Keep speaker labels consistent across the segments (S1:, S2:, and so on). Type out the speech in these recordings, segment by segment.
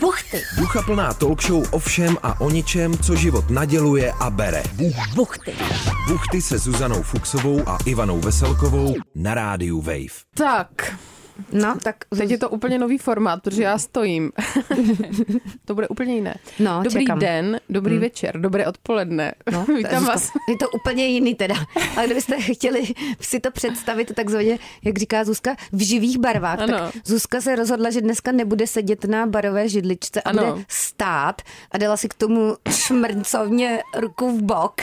S1: Buchty.
S2: Ducha plná talk show o všem a o ničem, co život naděluje a bere.
S1: Buchty.
S2: Buchty se Zuzanou Fuxovou a Ivanou Veselkovou na rádiu Wave.
S3: Tak,
S1: No, tak
S3: teď je to úplně nový formát, protože já stojím. to bude úplně jiné.
S1: No,
S3: dobrý
S1: čekám.
S3: den, dobrý hmm. večer, dobré odpoledne.
S1: No,
S3: No,
S1: to je
S3: Vítám
S1: Zuzko.
S3: vás.
S1: Je to úplně jiný teda. Ale kdybyste chtěli si to představit takzvaně, jak říká Zuzka, v živých barvách,
S3: Ano.
S1: tak Zuzka se rozhodla, že dneska nebude sedět na barové židličce a
S3: Ano.
S1: bude stát a dala si k tomu šmrncovně ruku v bok.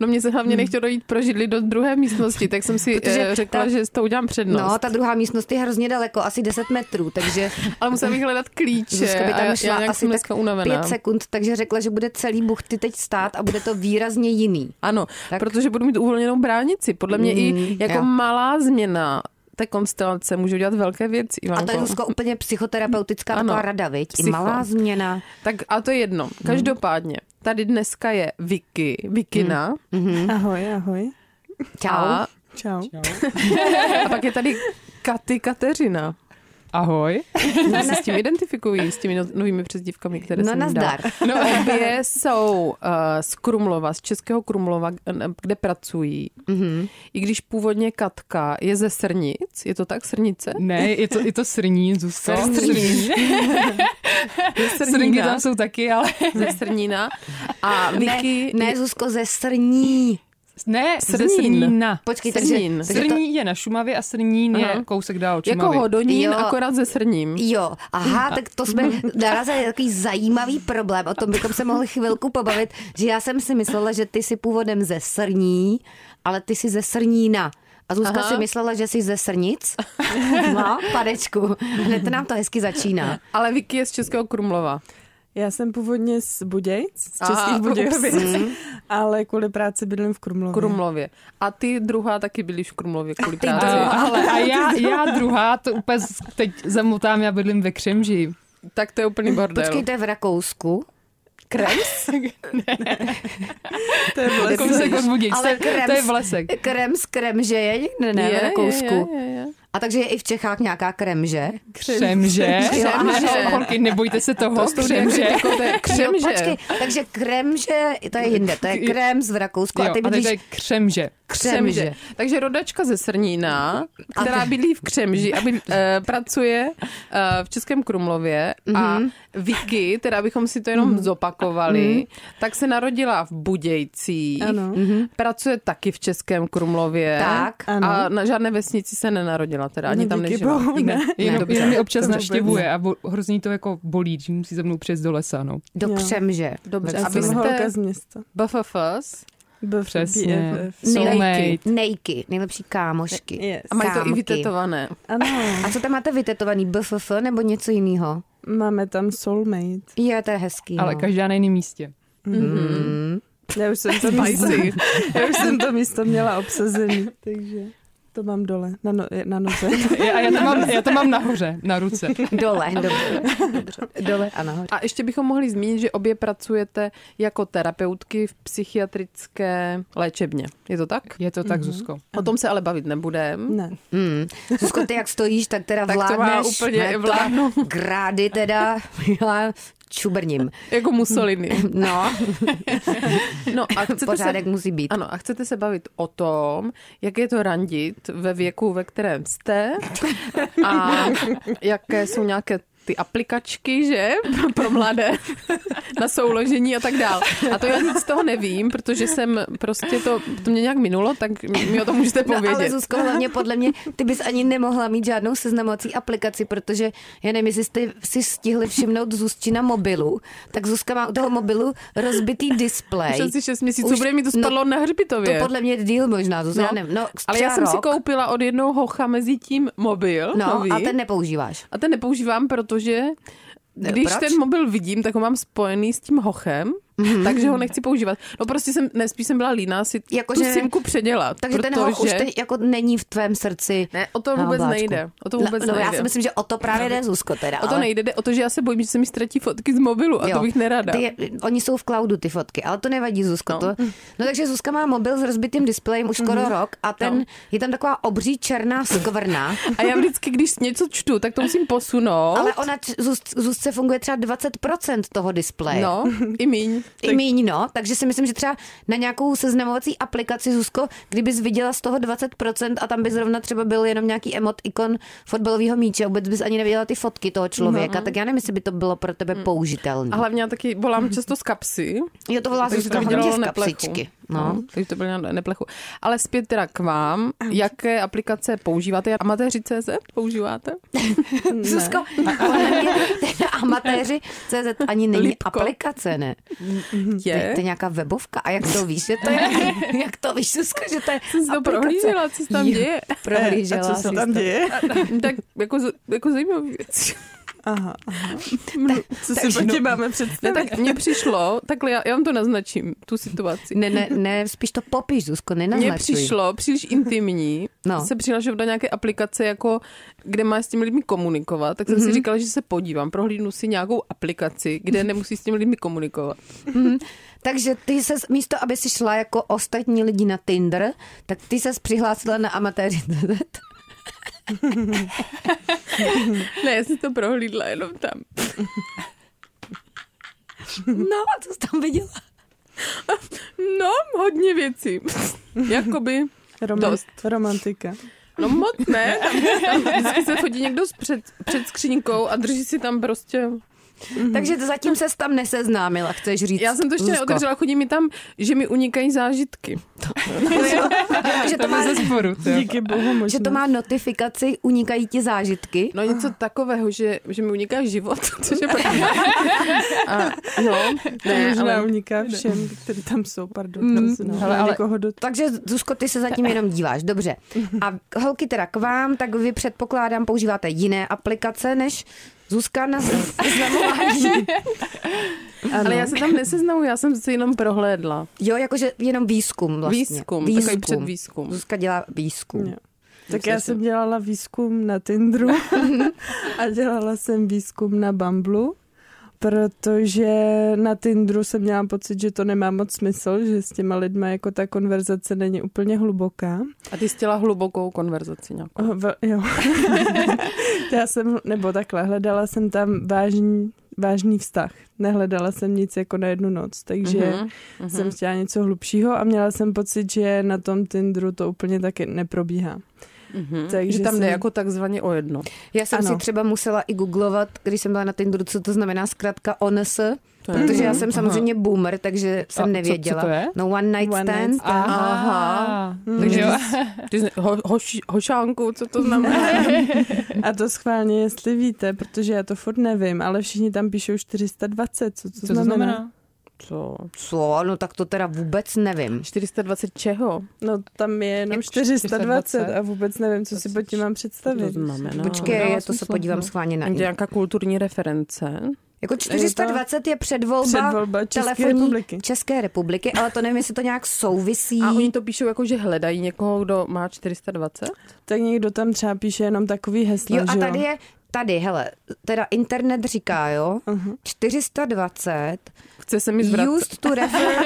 S3: No mě se hlavně nechtělo dojít pro židli do druhé místnosti, tak jsem si
S1: Hmm. Protože
S3: eh, řekla,
S1: ta-
S3: že to udělám přednost.
S1: No, ta druhá místnost je hrozně daleko, asi 10 metrů, takže
S3: Ale musela bych hledat klíče
S1: Zuzka by
S3: a já,
S1: tam šla
S3: já nějak
S1: asi
S3: jsem
S1: tak
S3: dneska unavená.
S1: pět sekund, takže řekla, že bude celý buchty teď stát a bude to výrazně jiný.
S3: Ano,
S1: Tak. Hmm,
S3: tak. protože budu mít uvolněnou bránici. Podle mě mm, i jako
S1: jo.
S3: jo. malá změna té konstelace může udělat velké věci,
S1: A
S3: Ivanko.
S1: to je Zuzko úplně psychoterapeutická
S3: Ano.
S1: taková rada, viď? I
S3: Psycho.
S1: malá změna.
S3: Tak a to je
S1: Hmm.
S3: jedno. Každopádně, tady dneska je Vicky,
S1: Hmm.
S3: Vikina. Mm.
S4: Ahoj, ahoj.
S1: Čau.
S3: A,
S4: Čau.
S3: a pak je tady Katy Kateřina.
S5: Ahoj.
S3: Já se s tím identifikují, s těmi no- novými přezdívkami, které
S1: No,
S3: jsem jim
S1: nazdar.
S3: dala. No, obě jsou uh, z Krumlova, z Českého Krumlova, k- n- kde pracují.
S1: Mhm.
S3: Mm-hmm. I když původně Katka je ze Srnic, je to tak, Srnice?
S5: Ne, je to, je to srní, Zuzko. Srní.
S3: Ze
S5: Srní
S3: Srnína.
S5: tam jsou taky, ale...
S3: Ze Srnína. A Vicky...
S1: Ne, ne, Zuzko, ze srní.
S5: Ne, ze
S3: Srnín.
S5: srnína.
S1: Počkej,
S3: Srnín.
S1: takže... takže to,
S5: Srní je na Šumavě a srnín je
S3: Aha.
S5: kousek dál od
S3: Jako
S5: Šumavy.
S3: hodonín,
S1: Jo.
S3: akorát ze Srním.
S1: jo, aha, tak to jsme narazili na takový zajímavý problém. O tom bychom se mohli chvilku pobavit, že já jsem si myslela, že ty jsi původem ze srní, ale ty jsi ze srnína. A Zuzka
S3: Aha.
S1: si myslela, že jsi ze srnic. No, padečku. Hned nám to hezky začíná.
S3: Ale Vicky je z Českého Krumlova.
S4: Já jsem původně z Budějc, z
S3: Aha,
S4: Českých Budějovic,
S3: ups.
S4: ale kvůli práci bydlím v
S1: Mhm.
S4: Krumlově.
S3: Krumlově. A ty druhá taky byli v Krumlově kvůli
S5: A,
S3: práci.
S5: ale, a já, já druhá, to úplně z- teď zamotám, já bydlím ve Křemži.
S3: Tak to je úplný bordel.
S1: Počkejte v Rakousku.
S3: Krems?
S4: To je
S3: Jako
S4: v lesu.
S5: Kousek od Budějc, Jako to,
S1: Ale
S5: je- to je v lesek.
S1: Krem z krem, že je někde, ne, v Rakousku.
S3: Je, je, je, je.
S1: A takže je i v Čechách nějaká krem, že?
S5: Křemže.
S3: Křemže.
S5: Ano, Holky, nebojte se toho,
S3: To je
S5: Křemže.
S3: jako to je
S1: Jo,
S3: křemže.
S1: počkej, takže krem, že to je jinde, to je krem z v Rakousku
S5: Jo,
S1: a ty
S5: a teď
S1: vidíš
S5: to je Křemže.
S1: křemže.
S3: Takže rodačka ze Srnína, která bydlí v Křemži a bydlí, eh, pracuje eh, v Českém Krumlově a
S4: Mhm.
S3: Vicky, teda bychom si to jenom zopakovali, tak se narodila v Budějcích,
S4: Ano.
S3: pracuje taky v Českém Krumlově
S1: Tak.
S3: a
S4: Ano.
S3: na žádné vesnici se nenarodila, teda ani
S4: No,
S3: tam
S4: díky
S3: nežila.
S4: bohu,
S3: nikde.
S4: ne.
S5: Jenom,
S3: Dobře.
S5: jenom mě občas
S4: To vůbec
S5: navštěvuje a bo, hrozně to jako bolí, že musí za mnou přijet do lesa, no.
S1: Do
S4: Jo.
S1: křemže.
S3: Dobře,
S4: Já
S3: a vy
S4: jsem holka
S3: jste
S4: z města.
S3: BFFs
S4: BF,
S5: Přesně.
S4: BFF.
S5: Soulmate.
S1: Nejky, nejlepší kámošky.
S4: Yes.
S3: a mají to i
S1: Kámky.
S3: vytetované.
S4: Ano,
S1: A co tam máte vytetovaný? BFF nebo něco jiného?
S4: máme tam soulmate.
S1: Je, to je hezký.
S5: Ale
S1: no.
S5: každá na jiném místě.
S1: Mm.
S4: Já už jsem to místo, já už jsem to místo měla obsazený, takže to mám dole, na, no, na noze.
S5: Já, já, to mám, já to mám nahoře, na ruce.
S1: Dole, dobře. Dole a nahoře.
S3: A ještě bychom mohli zmínit, že obě pracujete jako terapeutky v psychiatrické léčebně. Je to tak?
S5: Je to tak, Zuzko.
S3: O tom se ale bavit nebudem.
S4: Ne.
S1: Mm. Zuzko, ty jak stojíš, tak teda
S3: Tak to má
S1: vládneš.
S3: úplně
S1: ne, to
S3: vládnu.
S1: Grády teda, já čubrním.
S3: Jako Mussolini.
S1: No,
S3: No a chcete
S1: pořádek
S3: se...
S1: musí být.
S3: Ano, a chcete se bavit o tom, jak je to randit ve věku, ve kterém jste a jaké jsou nějaké ty aplikačky, že, pro mladé na souložení a tak dál. A to já nic z toho nevím, protože jsem prostě to, to mě nějak minulo, tak mi o tom můžete povědět.
S1: No, ale Zuzko, hlavně podle mě, ty bys ani nemohla mít žádnou seznamovací aplikaci, protože já nevím, jestli jste si stihli všimnout Zuzčina mobilu, tak Zuzka má u toho mobilu rozbitý displej.
S3: Už asi 6 měsíců,
S1: Už-
S3: bude mi to
S1: no,
S3: spadlo na
S1: To
S3: hřbitově.
S1: podle mě je díl možná, Zuzka, no, já nevím. No,
S3: ale já
S1: třeba
S3: jsem si
S1: rok.
S3: koupila od jednoho hocha mezi tím mobil
S1: No,
S3: nový
S1: a ten nepoužíváš.
S3: a ten nepoužívám, protože
S1: Ne,
S3: když
S1: proč?
S3: ten mobil vidím, tak ho mám spojený s tím hochem
S1: Mhm.
S3: mm-hmm. takže ho nechci používat. No prostě jsem, ne, spíš jsem byla líná si
S1: Jako,
S3: jako, tu
S1: že-
S3: simku předělat.
S1: Takže ten
S3: protože...
S1: hoch už teď jako není v tvém srdci.
S3: Ne, o to vůbec
S1: na obláčku.
S3: nejde. O to
S1: no,
S3: vůbec
S1: no,
S3: nejde.
S1: já si myslím, že o to právě jde, Zuzko, teda.
S3: O to
S1: ale-
S3: nejde, jde o to, že já se bojím, že se mi ztratí fotky z mobilu a
S1: Jo.
S3: to bych nerada.
S1: Ty, oni jsou v cloudu, ty fotky, ale to nevadí, Zuzko. No,
S3: No.
S1: to, no takže Zuzka má mobil s rozbitým displejem už skoro rok a ten,
S3: No.
S1: je tam taková obří černá skvrna,
S3: A já vždycky, když něco čtu, tak to musím posunout.
S1: ale ona č- Zuz- Zuzce funguje třeba 20% toho displeje.
S3: No, i míň.
S1: I míň, no. Takže si myslím, že třeba na nějakou seznamovací aplikaci, Zuzko, kdybys viděla z toho 20% a tam by zrovna třeba byl jenom nějaký emot ikon fotbalového míče, a vůbec bys ani neviděla ty fotky toho
S3: Mhm.
S1: člověka, tak já nevím, jestli by to bylo pro
S3: Mm.
S1: tebe použitelné.
S3: A hlavně já taky bolám často z kapsy.
S1: Jo, to volá
S3: Takže
S1: Zuzka
S3: to mi
S1: hodně
S3: dělalo
S1: z
S3: neplechu.
S1: kapsičky. No.
S3: takže to bylo na neplechu. Ale zpět teda k vám. Jaké aplikace používáte? Amatéři.cz používáte?
S1: Zuzko, podle mě teda amatéři CZ ani není
S3: Lipko.
S1: aplikace, ne? To je, to je nějaká webovka. A jak to víš, že to je? Jak to víš, Zuzko, že to je
S3: Jsem si to
S1: aplikace?
S3: prohlížela, co se tam
S1: Jo,
S3: děje.
S1: Prohlížela
S4: Eh, a co se
S1: jsi
S4: tam
S1: to.
S4: děje?
S3: tak jako, z- jako zajímavý věc.
S4: Aha, aha. Co si pod tím máme představit?
S3: Ne, No, tak mně přišlo, takhle já, já vám to naznačím, tu situaci.
S1: Ne, ne, ne, spíš to popiš, Zuzko,
S3: Mně
S1: nenaznačuj.
S3: přišlo příliš intimní
S1: No.
S3: no. se přihlašovat do nějaké aplikace, jako, kde máš s těmi lidmi komunikovat, tak jsem mm-hmm. si říkala, že se podívám, prohlídnu si nějakou aplikaci, kde nemusíš s těmi lidmi komunikovat.
S1: Takže ty se místo, aby si šla jako ostatní lidi na Tinder, tak ty se přihlásila na amatéři.
S3: Ne, já jsem to prohlídla jenom tam.
S1: No, a co jsi tam viděla?
S3: No, hodně věcí. Jakoby,
S4: Roman,
S3: dost.
S4: Romantika.
S3: no moc ne, tam, tam vždycky se chodí někdo s před, před skřínkou a drží si tam prostě
S1: Takže to zatím se tam neseznámila, chceš říct.
S3: Já jsem to ještě
S1: Zuzko.
S3: neotevřela, chodí mi tam, že mi unikají zážitky.
S1: Jo, že, to
S5: To
S1: má,
S5: je ze sporu. to jo.
S4: Díky bohu možná.
S1: že to má notifikaci, unikají ti zážitky.
S3: No něco takového, že, že mi uniká život, což je pravda. A, no,
S4: ne,
S3: ne,
S4: možná
S3: ale
S4: uniká všem, kteří tam jsou, pardon, mm, no, ale, ale, někoho do
S1: Takže Zuzko, ty se zatím jenom díváš, dobře. A holky teda k vám, tak vy předpokládám, používáte jiné aplikace než Zuzka na seznamování.
S3: ale já se tam neseznamuji, já jsem si jenom prohlédla.
S1: Jo, jakože jenom výzkum vlastně.
S3: Výzkum, takový předvýzkum.
S1: Zuzka dělá výzkum.
S4: Jo. Tak já jsem dělala výzkum na Tinderu a dělala jsem výzkum na Bamblu, protože na Tinderu jsem měla pocit, že to nemá moc smysl, že s těma lidma jako ta konverzace není úplně hluboká.
S3: A ty jsi chtěla hlubokou konverzaci nějakou.
S4: Oh, vel, jo. já jsem, nebo takhle, hledala jsem tam vážný, vážný vztah. Nehledala jsem nic jako na jednu noc, takže
S3: Mhm,
S4: mm-hmm, jsem chtěla něco hlubšího a měla jsem pocit, že na tom Tinderu to úplně taky neprobíhá.
S3: Mhm.
S4: takže
S3: že tam jde
S4: jsem-
S3: jako takzvaně o jedno.
S1: Já jsem ano.
S4: Ano.
S1: si třeba musela i googlovat, když jsem byla na Tinderu, co to znamená zkrátka ONS,
S3: To je-
S1: protože já jsem
S3: Mhm.
S1: samozřejmě boomer, takže jsem
S5: co- co
S1: nevěděla.
S5: to je?
S1: No one night
S4: One night
S1: stand.
S4: stand.
S5: Aha.
S3: Takže
S5: Takže jo.
S3: Mhm. Ty jsi, ho, hoš, hošánku, co to znamená?
S4: A to schválně, jestli víte, protože já to furt nevím, ale všichni tam píšou 420, co to,
S5: Co to znamená?
S3: Co?
S1: Co? No tak to teda vůbec nevím.
S3: 420 čeho?
S4: No tam je jenom
S5: Jak
S4: 420
S5: 420?
S4: a vůbec nevím, co si pod tím mám
S3: Co to
S4: představit.
S3: znamená?
S1: Počkej,
S5: dává
S1: no, to se
S5: smysl,
S1: podívám
S5: no.
S1: schválně na
S3: Je to
S1: in-
S3: nějaká kulturní reference?
S1: Jako 420 je předvolba,
S4: Předvolba České
S1: telefonní
S4: republiky.
S1: České republiky, ale to nevím, jestli to nějak souvisí.
S3: A oni to píšou jako, že hledají někoho, kdo má 420?
S4: Tak někdo tam třeba píše jenom takový heslo,
S1: Jo, a
S4: že
S1: tady je, tady, hele, teda internet říká, jo,
S4: Mhm.
S1: 420
S3: Chce se mi zvracet.
S1: used to refer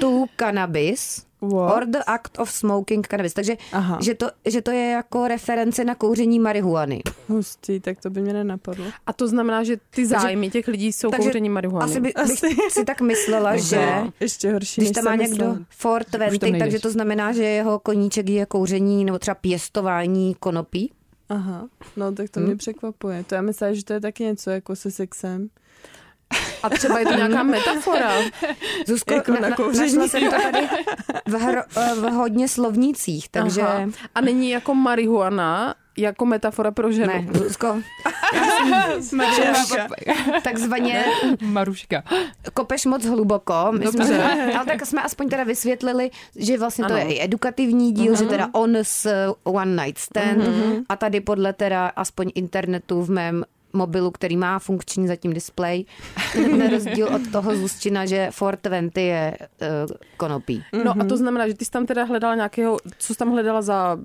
S1: to cannabis
S4: What?
S1: or the act of smoking cannabis. Takže
S4: Aha.
S1: že to, že to je jako reference na kouření marihuany.
S4: Hustý, tak to by mě nenapadlo.
S3: A to znamená, že ty zájmy těch lidí jsou
S1: takže
S3: kouření marihuany.
S1: Asi by, bych
S4: Asi. Jako
S1: si tak myslela, že...
S4: Ještě horší,
S1: Když
S4: než
S1: tam
S4: jsem
S1: má
S4: myslela.
S1: někdo
S5: Už tam
S1: 420,
S5: nejdeš.
S1: takže to znamená, že jeho koníček je kouření nebo třeba pěstování konopí.
S4: Aha, no tak to mě překvapuje. To já myslím, že to je taky něco jako se sexem.
S3: A třeba je to nějaká metafora.
S1: Mm. Zuzko,
S4: Jako na kouření.
S1: našla jsem to tady v, hro, v hodně slovnících, takže...
S3: Aha. A není jako marihuana jako metafora pro ženu.
S1: Ne, Zuzko,
S5: Maruška.
S1: takzvaně
S5: Maruška.
S1: kopeš moc hluboko. My jsme, ale tak jsme aspoň teda vysvětlili, že vlastně ano. to
S3: Ano.
S1: je i edukativní díl, že teda uh,
S3: Mhm.
S1: on s One Night Stand a tady podle teda aspoň internetu v mém mobilu, který má funkční zatím displej, na rozdíl od toho zůstina, že 420 je uh, konopí.
S3: No a
S1: Mhm.
S3: to znamená, že ty jsi tam teda hledala nějakého, co jsi tam hledala za,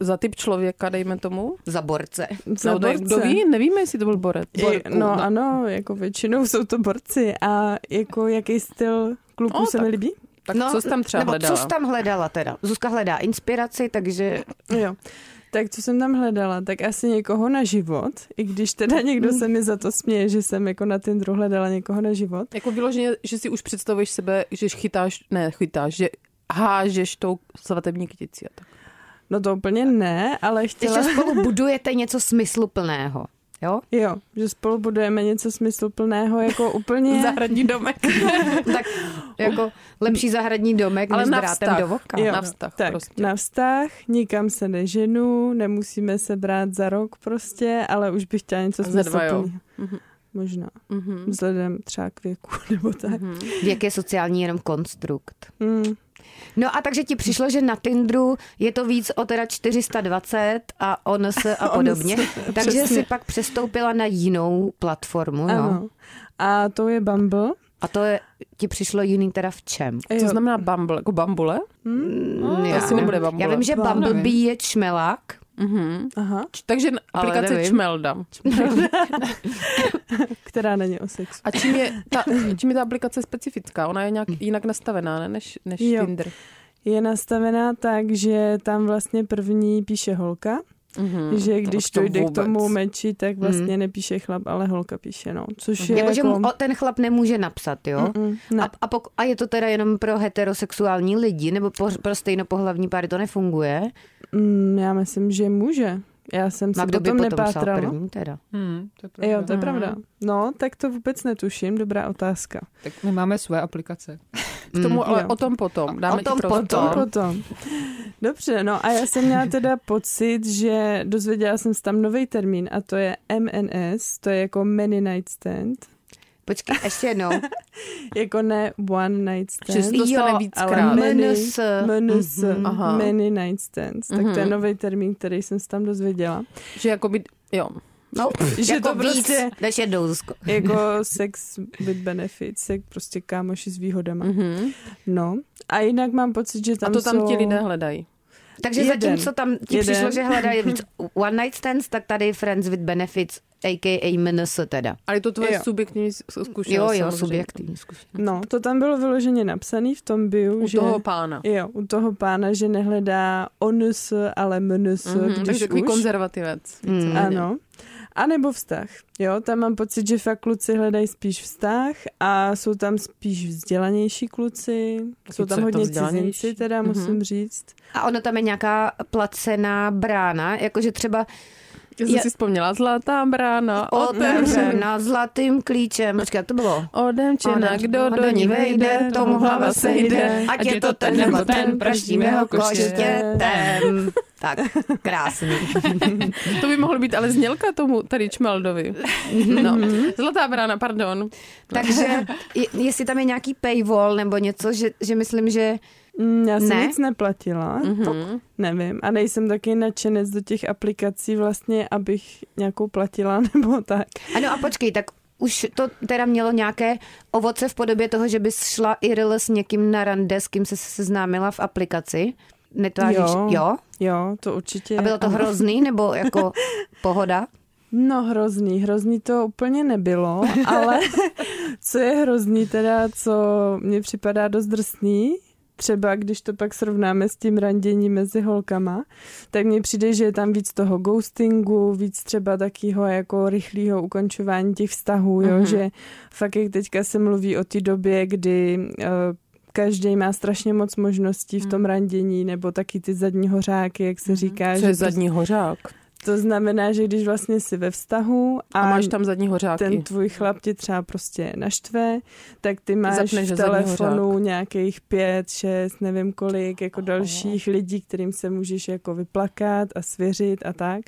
S3: za typ člověka, dejme tomu?
S1: Za borce.
S3: no,
S4: Za
S3: ne-
S4: borce.
S3: kdo ví? Nevíme, jestli to byl borec.
S4: I, no, no ano, jako většinou jsou to borci a jako jaký styl kluků
S3: O,
S4: se mi líbí?
S3: Tak
S1: no,
S3: co jsi tam třeba
S1: nebo
S3: hledala?
S1: co jsi tam hledala teda? Zuzka hledá inspiraci, takže
S4: No Jo. Tak co jsem tam hledala? Tak asi někoho na život, i když teda někdo se mi za to směje, že jsem jako na Tinderu hledala někoho na život.
S3: Jako vyloženě, že si už představuješ sebe, že chytáš, ne chytáš, že hážeš tou svatební kytici a tak.
S4: No to úplně ne, ale chtěla...
S1: ještě spolu budujete něco smysluplného. Jo?
S4: Jo, že spolu budujeme něco smysluplného, jako úplně...
S3: Zahradní domek.
S1: Tak jako lepší zahradní domek,
S3: Ale
S1: než s
S3: na
S1: drátem
S3: vztah.
S1: do voka.
S3: Jo. na vztah
S4: tak,
S3: prostě.
S4: na vztah, nikam se neženu, nemusíme se brát za rok prostě, ale už bych chtěla něco
S3: Za dva, jo. Mhm.
S4: smysluplného. Možná. Vzhledem třeba k věku nebo tak.
S3: Mhm.
S1: Věk je sociální jenom konstrukt.
S4: Mm.
S1: No a takže ti přišlo, že na Tinderu je to víc o teda 420 a on se a podobně. takže
S4: přesně.
S1: si pak přestoupila na jinou platformu. No.
S4: Ano. A to je Bumble.
S1: A to je, ti přišlo jiný teda v čem?
S3: Co
S4: Jo.
S3: znamená bambule? Jako bambule?
S1: Mm, já,
S3: asi nebude
S1: nevím.
S3: bambule.
S1: já vím, že
S4: Bumblebee.
S1: Bumblebee je čmelák.
S3: Mhm.
S4: Aha,
S3: Č- Takže
S1: Ale
S3: aplikace
S1: nevím.
S3: Čmelda.
S4: která není o sexu.
S3: A čím je, ta, čím je ta aplikace specifická? Ona je nějak jinak nastavená ne? než, než
S4: Jo.
S3: Tinder.
S4: Je nastavená tak, že tam vlastně první píše holka,
S3: Mm-hmm.
S4: že když
S3: to
S4: dojde k
S3: vůbec.
S4: tomu meči, tak vlastně nepíše chlap, ale holka píše, no. Což
S3: Mhm.
S4: je
S1: Jako, Mm. že
S4: jako...
S1: mu o- ten chlap nemůže napsat, jo?
S4: Mm,
S1: A,
S4: ne.
S1: a, pok- a je to teda jenom pro heterosexuální lidi, nebo po, pro stejnopohlavní páry to nefunguje?
S4: Mm, já myslím, že může. Já jsem
S1: Na
S4: se
S1: No kdo by
S4: potom no.
S1: potom psal
S4: nepátrala.
S1: první teda?
S5: Hmm, to je pravda.
S4: Jo, to je pravda. No, tak to vůbec netuším, dobrá otázka.
S5: Tak my máme své aplikace.
S3: K
S1: Mm.
S3: tomu, ale
S4: Mm, jo.
S3: o tom potom. Dáme
S1: O tom
S3: ti prostor.
S4: To
S1: potom.
S4: potom. Dobře, no a já jsem měla teda pocit, že dozvěděla jsem se tam nový termín a to je MNS, to je jako many night stand,
S1: Počkej, ještě jednou.
S4: jako ne one night
S3: Že jsi
S4: stand.
S3: to dostala
S1: Jo,
S4: Ale
S3: víckrát.
S1: my-
S4: many,
S1: MNS.
S4: MNS,
S3: Mhm, Aha.
S4: many night stands. Tak to je
S3: Mhm.
S4: nový termín, který jsem se tam dozvěděla.
S3: Že jako by, jo.
S1: No,
S4: Že
S1: jako
S4: to prostě-
S1: víc než jednou, Zuzko.
S4: Jako sex with benefits, jak prostě kámoši s výhodama.
S3: Mm-hmm.
S4: No. A jinak mám pocit, že
S3: A
S4: tam
S3: to tam
S4: jsou...
S3: ti lidé hledají.
S1: Takže
S4: Jeden.
S1: zatímco tam ti
S4: Jeden.
S1: přišlo, že hledají víc one night stands, tak tady friends with benefits, a.k.a. minus teda.
S3: Ale je to tvoje
S4: Jo.
S3: subjektivní z- zkušenost.
S1: Jo, jo,
S3: samozřejmě.
S1: subjektivní zkušenost.
S4: No, to tam bylo vyloženě napsané v tom biu,
S3: U
S4: že...
S3: toho pána.
S4: Jo, u toho pána, že nehledá onus, ale mnus, mm-hmm,
S3: Mhm,
S4: když
S3: takže takový
S4: už.
S3: konzervativec.
S1: Mm.
S4: Ano. A nebo vztah. Jo, tam mám pocit, že fakt kluci hledají spíš vztah a jsou tam spíš vzdělanější kluci. Jsou
S3: co je
S4: tam
S3: to
S4: hodně
S3: vzdělanější?
S4: cizinci, teda
S3: Mhm.
S4: musím říct.
S1: A ono tam je nějaká placená brána, jakože třeba
S3: Já jsem
S1: Je-
S3: si vzpomněla, zlatá brána, otevřená,
S1: otevřena zlatým klíčem. Počkej, jak to bylo?
S3: odemčená, kdo do ní vejde, tomu hlava sejde.
S1: Ať je to ten nebo ten, praštíme ho koštětem. Tak, krásný.
S3: To by mohlo být ale znělka tomu tady Čmeldovi. No. Zlatá brána, pardon.
S1: Takže je, jestli tam je nějaký paywall nebo něco, že, že myslím, že
S4: Mm, já jsem
S1: Ne?
S4: nic neplatila,
S3: Mhm.
S4: nevím. A nejsem taky nadšenec do těch aplikací vlastně, abych nějakou platila nebo tak.
S1: Ano a počkej, tak už to teda mělo nějaké ovoce v podobě toho, že bys šla Irl s někým na rande, s kým se seznámila v aplikaci. Netváříš,
S4: Jo.
S1: jo. jo?
S4: Jo, to určitě.
S1: A bylo to
S4: ano.
S1: hrozný, nebo jako pohoda?
S4: No hrozný, hrozný to úplně nebylo, ale co je hrozný teda, co mně připadá dost drsný, třeba když to pak srovnáme s tím randěním mezi holkama, tak mně přijde, že je tam víc toho ghostingu, víc třeba takého jako rychlého ukončování těch vztahů,
S3: Mhm.
S4: jo, že fakt jak teďka se mluví o té době, kdy eh, každý má strašně moc možností v
S3: Mhm.
S4: tom randění, nebo taky ty zadní hořáky, jak se říká.
S3: Co je
S4: že to-
S3: zadní hořák?
S4: to znamená, že když vlastně jsi ve vztahu a,
S3: A máš tam zadní hořáky.
S4: ten tvůj chlap tě třeba prostě naštve, tak ty máš
S3: zapneš zadní
S4: v telefonu nějakých pět, šest, nevím kolik, jako dalších lidí, kterým se můžeš jako vyplakat a svěřit a tak.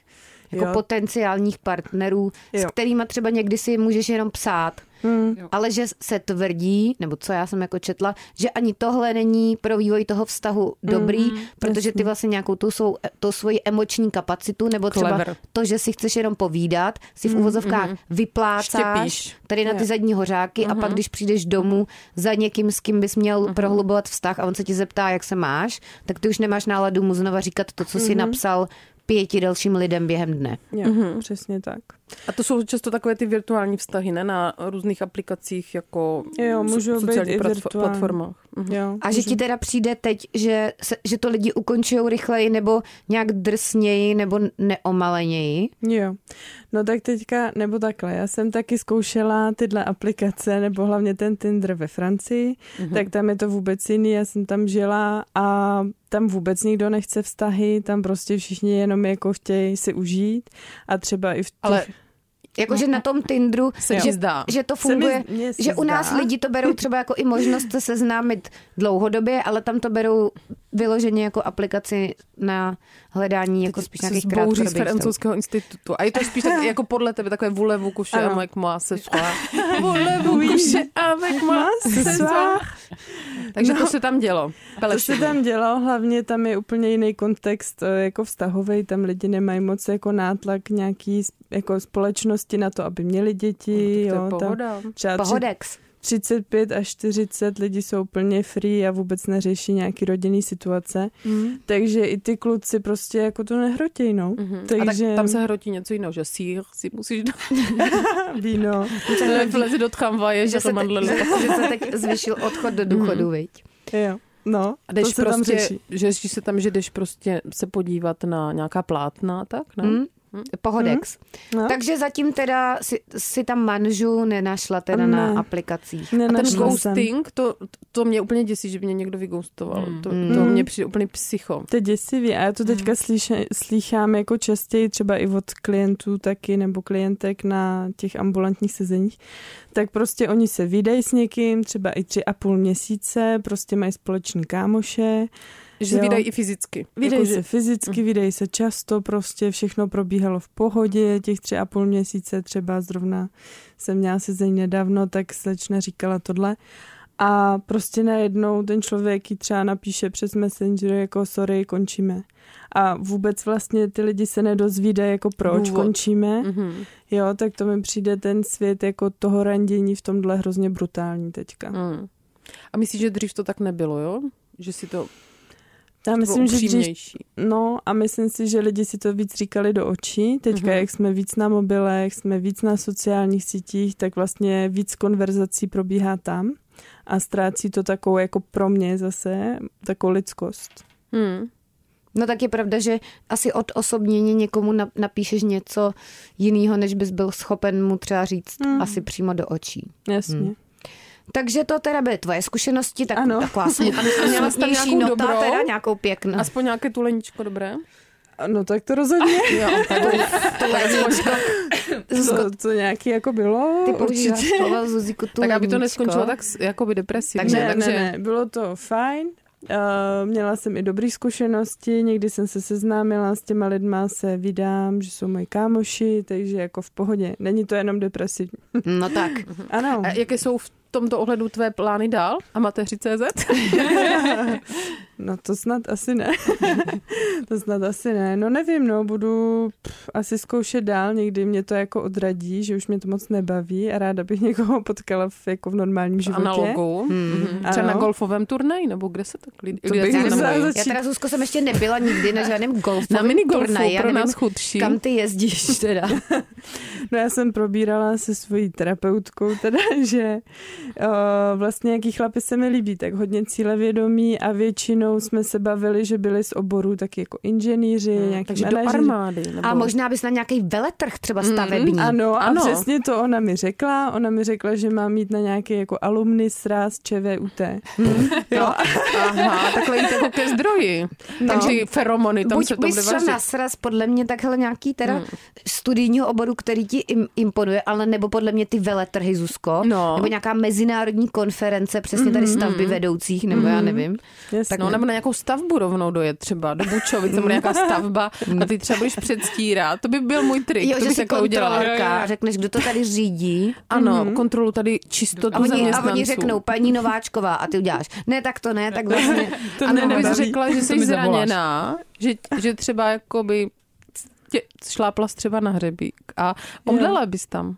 S1: Jako
S4: Jo.
S1: potenciálních partnerů, jo.
S4: Jo.
S1: s kterými třeba někdy si můžeš jenom psát.
S4: Mm.
S1: Ale že se tvrdí, nebo co já jsem jako četla, že ani tohle není pro vývoj toho vztahu dobrý,
S4: Mhm,
S1: mm, protože ty vlastně nějakou tu svou, tu svoji emoční kapacitu, nebo třeba
S3: Clever.
S1: to, že si chceš jenom povídat, si
S4: Mhm,
S1: v uvozovkách mm, vyplácáš
S3: Štěpíš. Mhm.
S1: tady na ty
S4: Jo.
S1: zadní hořáky a pak, když přijdeš domů za někým, s kým bys měl prohlubovat vztah a on se ti zeptá, jak se máš, tak ty už nemáš náladu mu znova říkat to, co
S3: Mhm.
S1: si napsal pěti dalším lidem během dne.
S4: Jo,
S3: Mhm.
S4: mm-hmm. Přesně tak.
S3: A to jsou často takové ty virtuální vztahy, ne? Na různých aplikacích jako
S4: Jo, můžou
S3: so-
S4: být
S3: sociálních
S4: i
S3: plat-
S4: virtuální.
S3: platformách. Mhm.
S4: Jo,
S1: A že
S4: můžu-
S1: ti teda přijde teď, že, se, že to lidi ukončují rychleji nebo nějak drsněji nebo neomaleněji?
S4: Jo, no tak teďka, nebo takhle, já jsem taky zkoušela tyhle aplikace, nebo hlavně ten Tinder ve Francii,
S3: Mhm.
S4: mm-hmm. tak tam je to vůbec jiný, já jsem tam žila a tam vůbec nikdo nechce vztahy, tam prostě všichni jenom jako chtějí si užít a třeba i v těch...
S3: Ale
S1: Jakože na tom Tinderu,
S3: se
S1: že,
S3: mi zdá.
S1: že to
S4: Se mi-
S1: funguje,
S4: mně se
S1: že u nás
S4: zdá.
S1: lidi to berou třeba jako i možnost se seznámit dlouhodobě, ale tam to berou vyloženě jako aplikaci na hledání jako spíš nějakých
S3: zbouří z
S1: krátkodobých vztahů.
S3: francouzského institutu. A je to spíš tak, jako podle tebe takové volevu kuše
S4: Ano.
S3: a jak má se svá. Volevu kuše a jak má se svá. Takže to se tam dělo.
S4: To se tam dělo, hlavně tam je úplně jiný kontext eh, jako vztahový, tam lidi nemají moc jako nátlak nějaký s- jako společnosti na to, aby měli děti,
S3: No, To je
S4: jo, tam
S3: pohoda.
S4: třeba tři-
S1: Pohodex.
S4: 35 až 40 lidí jsou úplně free a vůbec neřeší nějaký rodinný situace. Mm. Takže i ty kluci prostě jako to nehrotěj, no. Mm-hmm.
S3: A
S4: Takže
S3: tak tam se hrotí něco jiného, že sír si musíš dát, Mm.
S4: víno.
S3: vlezi do tramvaje, že
S1: Že
S3: to
S1: se, te,
S3: mandlili.
S1: že, že se teď zvyšil odchod
S4: Mm.
S1: do důchodu, viď?
S4: Jo. No,
S3: A
S4: to
S3: jdeš
S4: se tam
S3: prostě,
S4: řeší.
S3: že ještě se tam, že jdeš prostě se podívat na nějaká plátna, tak ne?
S1: Hmm? Pohodex.
S4: Mm. No.
S1: Takže zatím teda si, si tam manžu nenašla teda ne.
S4: Ne.
S1: na aplikacích.
S3: A ten
S4: Nenašla jsem.
S3: ghosting, to, to mě úplně děsí, že by mě někdo vygoustoval. To, to
S4: Mm.
S3: mě přijde úplně psycho.
S4: To je děsivý a já
S3: Mm.
S4: to teďka slíše, slýchám jako častěji třeba i od klientů taky nebo klientek na těch ambulantních sezeních, tak prostě oni se vydají s někým třeba i tři a půl měsíce, prostě mají společný kámoše,
S3: Že
S4: Jo.
S3: se vydají i fyzicky.
S4: Vydej
S3: Jako,
S4: se
S3: že-
S4: fyzicky, vydej se často, prostě všechno probíhalo v pohodě, těch tři a půl měsíce třeba zrovna jsem měla sezení nedávno, tak slečna říkala tohle. A prostě najednou ten člověk jí třeba napíše přes Messenger jako sorry, končíme. A vůbec vlastně ty lidi se nedozvídají jako proč
S3: Důvod.
S4: Důvod. končíme.
S3: Mhm.
S4: Jo, tak to mi přijde ten svět jako toho randění v tomhle hrozně brutální teďka.
S3: Mm. A myslíš, že dřív to tak nebylo, jo? Že si to
S4: Já
S3: Myslím,
S4: myslím,
S3: bylo
S4: že dřív
S3: upřímnější.
S4: No a myslím si, že lidi si to víc říkali do očí. Teďka,
S3: Mhm.
S4: mm-hmm. jak jsme víc na mobilech, jsme víc na sociálních sítích, tak vlastně víc konverzací probíhá tam a ztrácí to takovou, jako pro mě zase, takovou lidskost.
S3: Mm.
S1: No tak je pravda, že asi od osobnění někomu na- napíšeš něco jiného, než bys byl schopen mu třeba říct
S4: Mm.
S1: asi přímo do očí.
S4: Jasně.
S1: Hmm.
S4: Mm.
S1: Takže to teda byly tvoje zkušenosti, tak,
S4: Ano.
S1: taková smut-
S3: A měla jsi tam
S1: smutnější
S3: nějakou
S1: nota,
S3: dobrou?
S1: teda nějakou pěknou.
S3: Aspoň nějaké tuleničko dobré?
S4: No tak to rozhodně.
S3: Jo, tak, tak, aspoň,
S4: To, to nějaký jako bylo.
S1: Ty
S4: určitě.
S1: používáš slova Zuziku tu
S3: tak aby to
S1: ledničko.
S3: neskončilo tak s- jakoby depresivně.
S1: Takže-
S4: ne, ne, ne, bylo to fajn. Uh, měla jsem i dobré zkušenosti, někdy jsem se seznámila s těma lidma, se vydám, že jsou moji kámoši, takže jako v pohodě. Není to jenom depresivní.
S1: No tak.
S4: Ano.
S3: A jaké jsou v tomto ohledu tvé plány dál? Amatéři.cz?
S4: No to snad asi ne. to snad asi ne. No nevím, no budu pff, asi zkoušet dál, někdy mě to jako odradí, že už mě to moc nebaví a ráda bych někoho potkala v, jako v normálním životě.
S3: Analogu. Mm. Třeba
S4: Ano.
S3: na golfovém turnaji, nebo kde se tak lidi...
S4: To
S3: lidé
S4: bych
S1: Já,
S3: seznamují?
S4: musela
S1: nevím, já
S4: začít.
S1: teda, Zuzko, jsem ještě nebyla nikdy na žádném golfu.
S3: Na minigolfu
S1: turnaji, já
S3: pro
S1: nevím,
S3: nás chudší.
S1: Kam ty jezdíš teda?
S4: No já jsem probírala se svojí terapeutkou teda, že uh, vlastně jaký chlapy se mi líbí, tak hodně cílevědomí a většinou jsme se bavili, že byli z oboru taky jako inženýři, hmm, nějaký
S3: Takže do
S4: manažeři.
S3: armády. Nebo...
S1: A možná bys na nějaký veletrh třeba stavební.
S4: Hm, Ano, ano,
S3: Mm, Ano.
S4: a přesně to ona mi řekla. Ona mi řekla, že mám mít na nějaký jako alumni sraz ČVUT.
S3: Jo. Aha, takhle jít jako ke zdroji. No. Takže feromony, tam
S1: Buď
S3: se to
S1: bys
S3: bude
S1: šla
S3: vařit.
S1: na sraz, podle mě takhle nějaký teda hmm. studijního oboru, který ti im, imponuje, ale nebo podle mě ty veletrhy, Zuzko,
S3: No. Mm-hmm.
S1: nebo nějaká mezinárodní konference, přesně tady stavby vedoucích, nebo já nevím.
S4: Jasně.
S3: No, nebo Nebo na nějakou stavbu rovnou dojet třeba, do Bučovic, nebo nějaká stavba a ty třeba budeš předstírat. To by byl můj trik,
S1: Jo,
S3: to
S1: že
S3: bych
S1: jsi
S3: takhle udělala.
S5: Jo,
S1: kontrolorka
S5: jo.
S1: a řekneš, kdo to tady řídí.
S3: Ano, kontrolu tady
S1: A
S3: čistotu
S1: oni, a
S3: zaměstnanců.
S1: oni řeknou, paní Nováčková, a ty uděláš, ne, tak to ne, tak vlastně.
S4: To
S1: a
S4: mě
S1: nebo
S3: Nebo
S1: bys
S3: bys
S4: nebaví.
S3: řekla, že
S5: To
S3: jsi
S5: mi zavoláš.
S3: zraněná, že, že třeba jakoby tě šlápla třeba na hřebík a omdlela bys tam.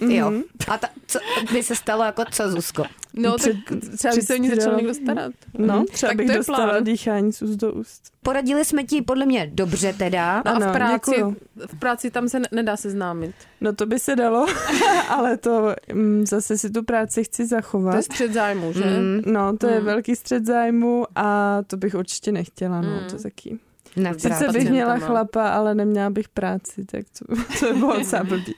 S3: Mm-hmm.
S1: Jo. A ta, co by se stalo jako co, Zuzko?
S3: No,
S4: Před-
S3: tak třeba by se o ní
S4: přestíral.
S3: začal někdo starat.
S4: No, třeba
S3: Mhm. Tak
S4: bych
S3: to je
S4: dostala
S3: plán.
S4: dýchání z úst do úst.
S1: Poradili jsme ti podle mě dobře teda.
S3: No a
S4: Ano,
S3: v práci,
S4: děkuju.
S3: v práci tam se ne- nedá seznámit.
S4: No to by se dalo, ale to mm, zase si tu práci chci
S3: To je
S4: zachovat.
S3: střed zájmu, že?
S1: Mm,
S4: No, to je
S3: Mm.
S4: velký střed zájmu a to bych určitě nechtěla, no, to taky.
S1: ne,
S4: Sice
S1: právě.
S4: bych měla
S3: pacientama.
S4: chlapa, ale neměla bych práci, tak to, to by bylo docela blbý.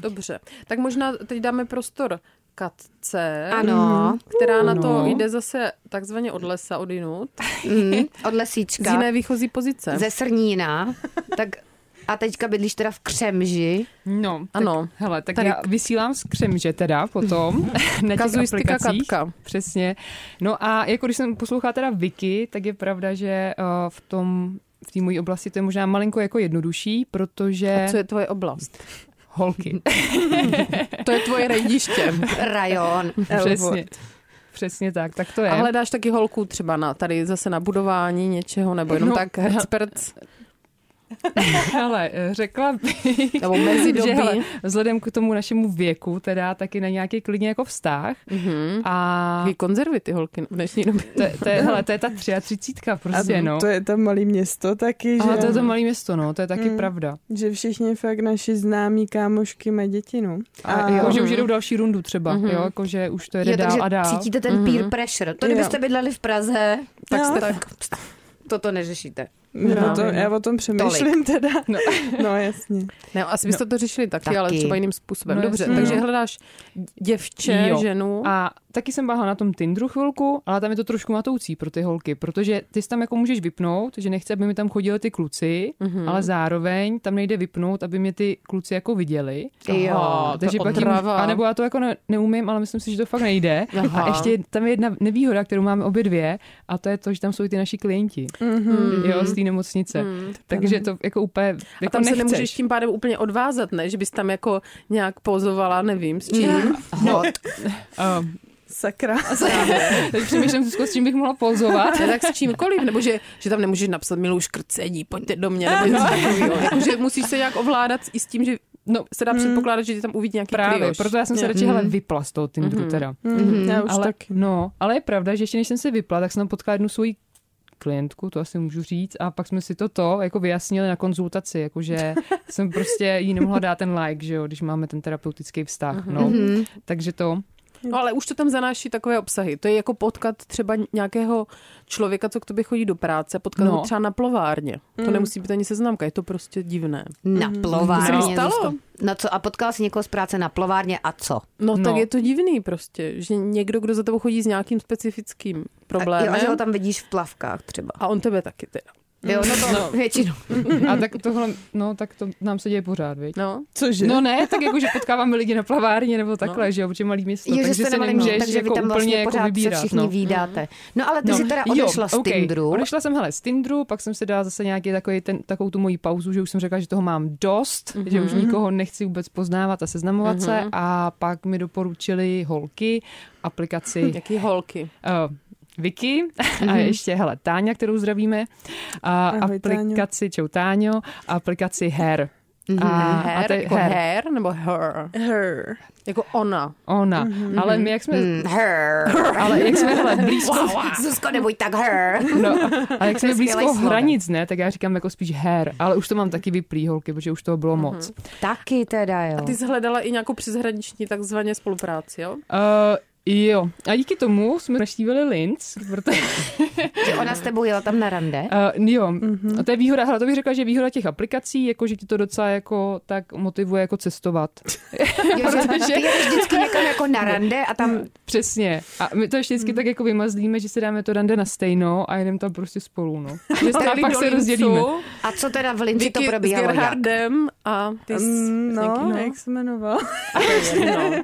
S3: Dobře. Tak možná teď dáme prostor Katce, Mhm. Mm-hmm.
S1: Ano,
S3: která na to
S4: Ano.
S3: jde zase takzvaně od lesa, od jinut,
S5: Mhm.
S1: mm, od
S3: z
S1: lesíčka,
S3: jiné výchozí pozice.
S1: ze Srnína. Tak a teďka bydlíš teda v Křemži.
S5: No, tak,
S3: Ano.
S5: Hele, tak
S3: Tady-
S5: Tady... já vysílám z Křemže teda potom na těch
S3: Kazuistika
S5: aplikacích.
S3: Katka.
S5: Přesně. No a jako když jsem poslouchala teda Wiki, tak je pravda, že eh, v tom v té mojí oblasti to je možná malinko jako jednodušší, protože
S3: A co je tvoje oblast?
S5: holky.
S3: To je tvoje rejdiště.
S1: Rajon.
S5: Přesně. Přesně tak, tak to je.
S3: A hledáš taky holku třeba na, tady zase na budování něčeho, nebo jenom
S5: No.
S3: tak hercperc,
S5: Hele, eh, řekla bych,
S3: nebo mezi doby.
S5: že hele, vzhledem k tomu našemu věku, teda taky na nějaký klidně jako vztah.
S3: Mhm.
S5: A
S3: Jaký konzervy ty holky v dnešní době.
S5: to, je- to, je, hele, to je ta 33 prostě, no.
S4: A to je tam malý město taky, že,
S5: Ale to je to malé město, no, to je taky
S4: Mm.
S5: pravda.
S4: že všichni fakt naši známí kámošky mají děti, no.
S5: A, a jo,
S3: jo.
S5: Jako, že už jedou další rundu třeba,
S3: Mhm.
S5: mm-hmm. jo, jako že už to jede
S1: Jo,
S5: jo, dál
S1: takže
S5: a dál. Mhm.
S1: cítíte ten peer pressure. To,
S4: Jo.
S1: kdybyste bydleli v Praze, tak,
S4: No.
S1: jste, tak pst, toto neřešíte.
S4: no,
S3: No.
S4: to, já o tom přemýšlím teda.
S5: No.
S4: No jasně.
S3: Ne, asi byste to řešili No. taky,
S1: Taky.
S3: ale třeba jiným způsobem.
S5: No,
S3: Dobře,
S5: jasně,
S3: takže
S4: no.
S3: hledáš děvče,
S5: Jo.
S3: ženu.
S5: A taky jsem báhala na tom Tinderu chvilku, ale tam je to trošku matoucí pro ty holky, protože ty si tam jako můžeš vypnout, že nechci, aby mi tam chodili ty kluci,
S3: Mhm.
S5: mm-hmm. ale zároveň tam nejde vypnout, aby mě ty kluci jako viděli.
S1: Jo,
S3: Aha,
S1: to
S5: takže
S3: je
S5: pak jim,
S3: otrava.
S5: a nebo já to jako ne, neumím, ale myslím si, že to fakt nejde.
S3: Aha.
S5: A ještě tam je jedna nevýhoda, kterou máme obě dvě, a to je to, že tam jsou i ty naši klienti,
S4: Mm-hmm.
S5: mm-hmm. jo, z té nemocnice. Mm-hmm.
S3: Hmm.
S5: Takže to jako úplně jako
S3: Mhm. A tam se
S5: nechceš.
S3: nemůžeš tím pádem úplně odvázat, ne? Že bys tam jako nějak pozovala, nevím, s čím.
S1: Hot.
S5: Um,
S4: Sakra.
S5: Teď přemýšlím, Zuzko, s čím bych mohla pozovat.
S3: Ne, tak s čímkoliv, nebo že, že tam nemůžeš napsat milou škrcení, pojďte do mě, nebo něco takového. Jako, že musíš se nějak ovládat i s tím, že no, se dá předpokládat, že ti tam uvidí nějaký
S5: mm. Právě,
S3: klioš.
S5: proto já jsem se
S4: Jo.
S5: radši hele
S3: Mhm.
S5: vypla z toho Tinderu teda.
S4: Mm, já už
S5: Mhm. ale,
S4: taky.
S5: No, ale je pravda, že ještě než jsem se vypla, tak jsem tam potkala jednu svoji klientku, to asi můžu říct, a pak jsme si to to jako vyjasnili na konzultaci, jakože jsem prostě jí nemohla dát ten like, že jo, když máme ten terapeutický vztah,
S1: Mhm.
S5: no. Takže to,
S3: No, ale už to tam zanáší takové obsahy. To je jako potkat třeba nějakého člověka, co k tobě chodí do práce, potkat
S5: No. Mm.
S3: ho třeba na plovárně. To nemusí být ani seznamka, je to prostě divné.
S1: Na
S5: Mhm.
S3: To se mi
S1: plovárně.
S3: stalo.
S1: Zuzko. No co, a potkala jsi někoho z práce na plovárně a co?
S3: No, no tak
S5: No.
S3: je to divný prostě, že někdo, kdo za tebou chodí s nějakým specifickým
S1: A, jo,
S3: problémem
S1: a
S3: a,
S1: že ho tam vidíš v plavkách třeba.
S3: a on tebe taky teda.
S5: Mhm.
S1: Jo, no to no. většinou.
S5: a tak tohle, no tak to nám se děje pořád, viď?
S3: No,
S4: Cože?
S5: No ne, tak jako, že potkáváme lidi na plavárně nebo takhle, no. že jo, protože malý město,
S1: Jo, že
S5: takže
S1: jste na
S5: se
S1: malém
S5: nemůžeš
S1: takže
S5: jako
S1: vy tam
S5: úplně
S1: vlastně
S5: jako
S1: pořád
S5: vybírat.
S1: se všichni
S5: no.
S1: vídáte. No ale ty jsi teda odešla z
S5: okej.
S1: Tinderu.
S5: Odešla jsem, hele, z Tinderu, pak jsem si dala zase nějaký takový ten, takovou tu moji pauzu, že už jsem řekla, že toho mám dost, mm-hmm. že už
S1: Mhm.
S5: nikoho nechci vůbec poznávat a seznamovat mm-hmm. se a pak mi doporučili holky aplikaci uh,
S3: jaký holky.
S5: Vicky
S1: Mhm.
S5: a ještě, hele, Táňa, kterou zdravíme, a
S4: Ahoj,
S5: aplikaci, čau Táňo, a aplikaci Her.
S1: Mhm.
S5: Mm-hmm. A,
S3: Her,
S5: te-
S3: jako her. her, nebo her,
S4: Her.
S3: jako ona.
S5: Ona. Mm-hmm. Ale my, jak jsme, mm.
S1: Mm, her.
S5: ale jak jsme, hele, blízko
S1: Zuzko, nebuď tak her.
S5: No, a jak
S1: je
S5: jsme blízko
S1: skvělej
S5: hranic, ne, tak já říkám jako spíš her, ale už to mám taky vyplý holky, protože už toho bylo moc. Mm-hmm.
S1: Taky teda, jo.
S3: A ty jsi hledala i nějakou přeshraniční takzvaně spolupráci, jo?
S5: Uh, jo, a díky tomu jsme naštívili Linz, protože,
S1: Že ona s tebou jela tam na rande?
S5: uh, jo, mm-hmm. a to je výhoda, hele, to bych řekla, že je výhoda těch aplikací, jako že ti to docela jako tak motivuje jako cestovat.
S1: Jo, že ty jedeš vždycky někam jako jako na rande a tam
S5: Přesně. A my to ještě vždycky tak jako vymazlíme, že si dáme to rande na stejno a jdem tam prostě spolu, no. Že a pak se rozdělíme.
S1: a co teda v Linci to
S3: Vicky s
S1: probíhalo? jak?
S3: Gerhardem a ty s...
S4: Mm, No,
S3: no.
S4: jak se jmenoval.
S3: no.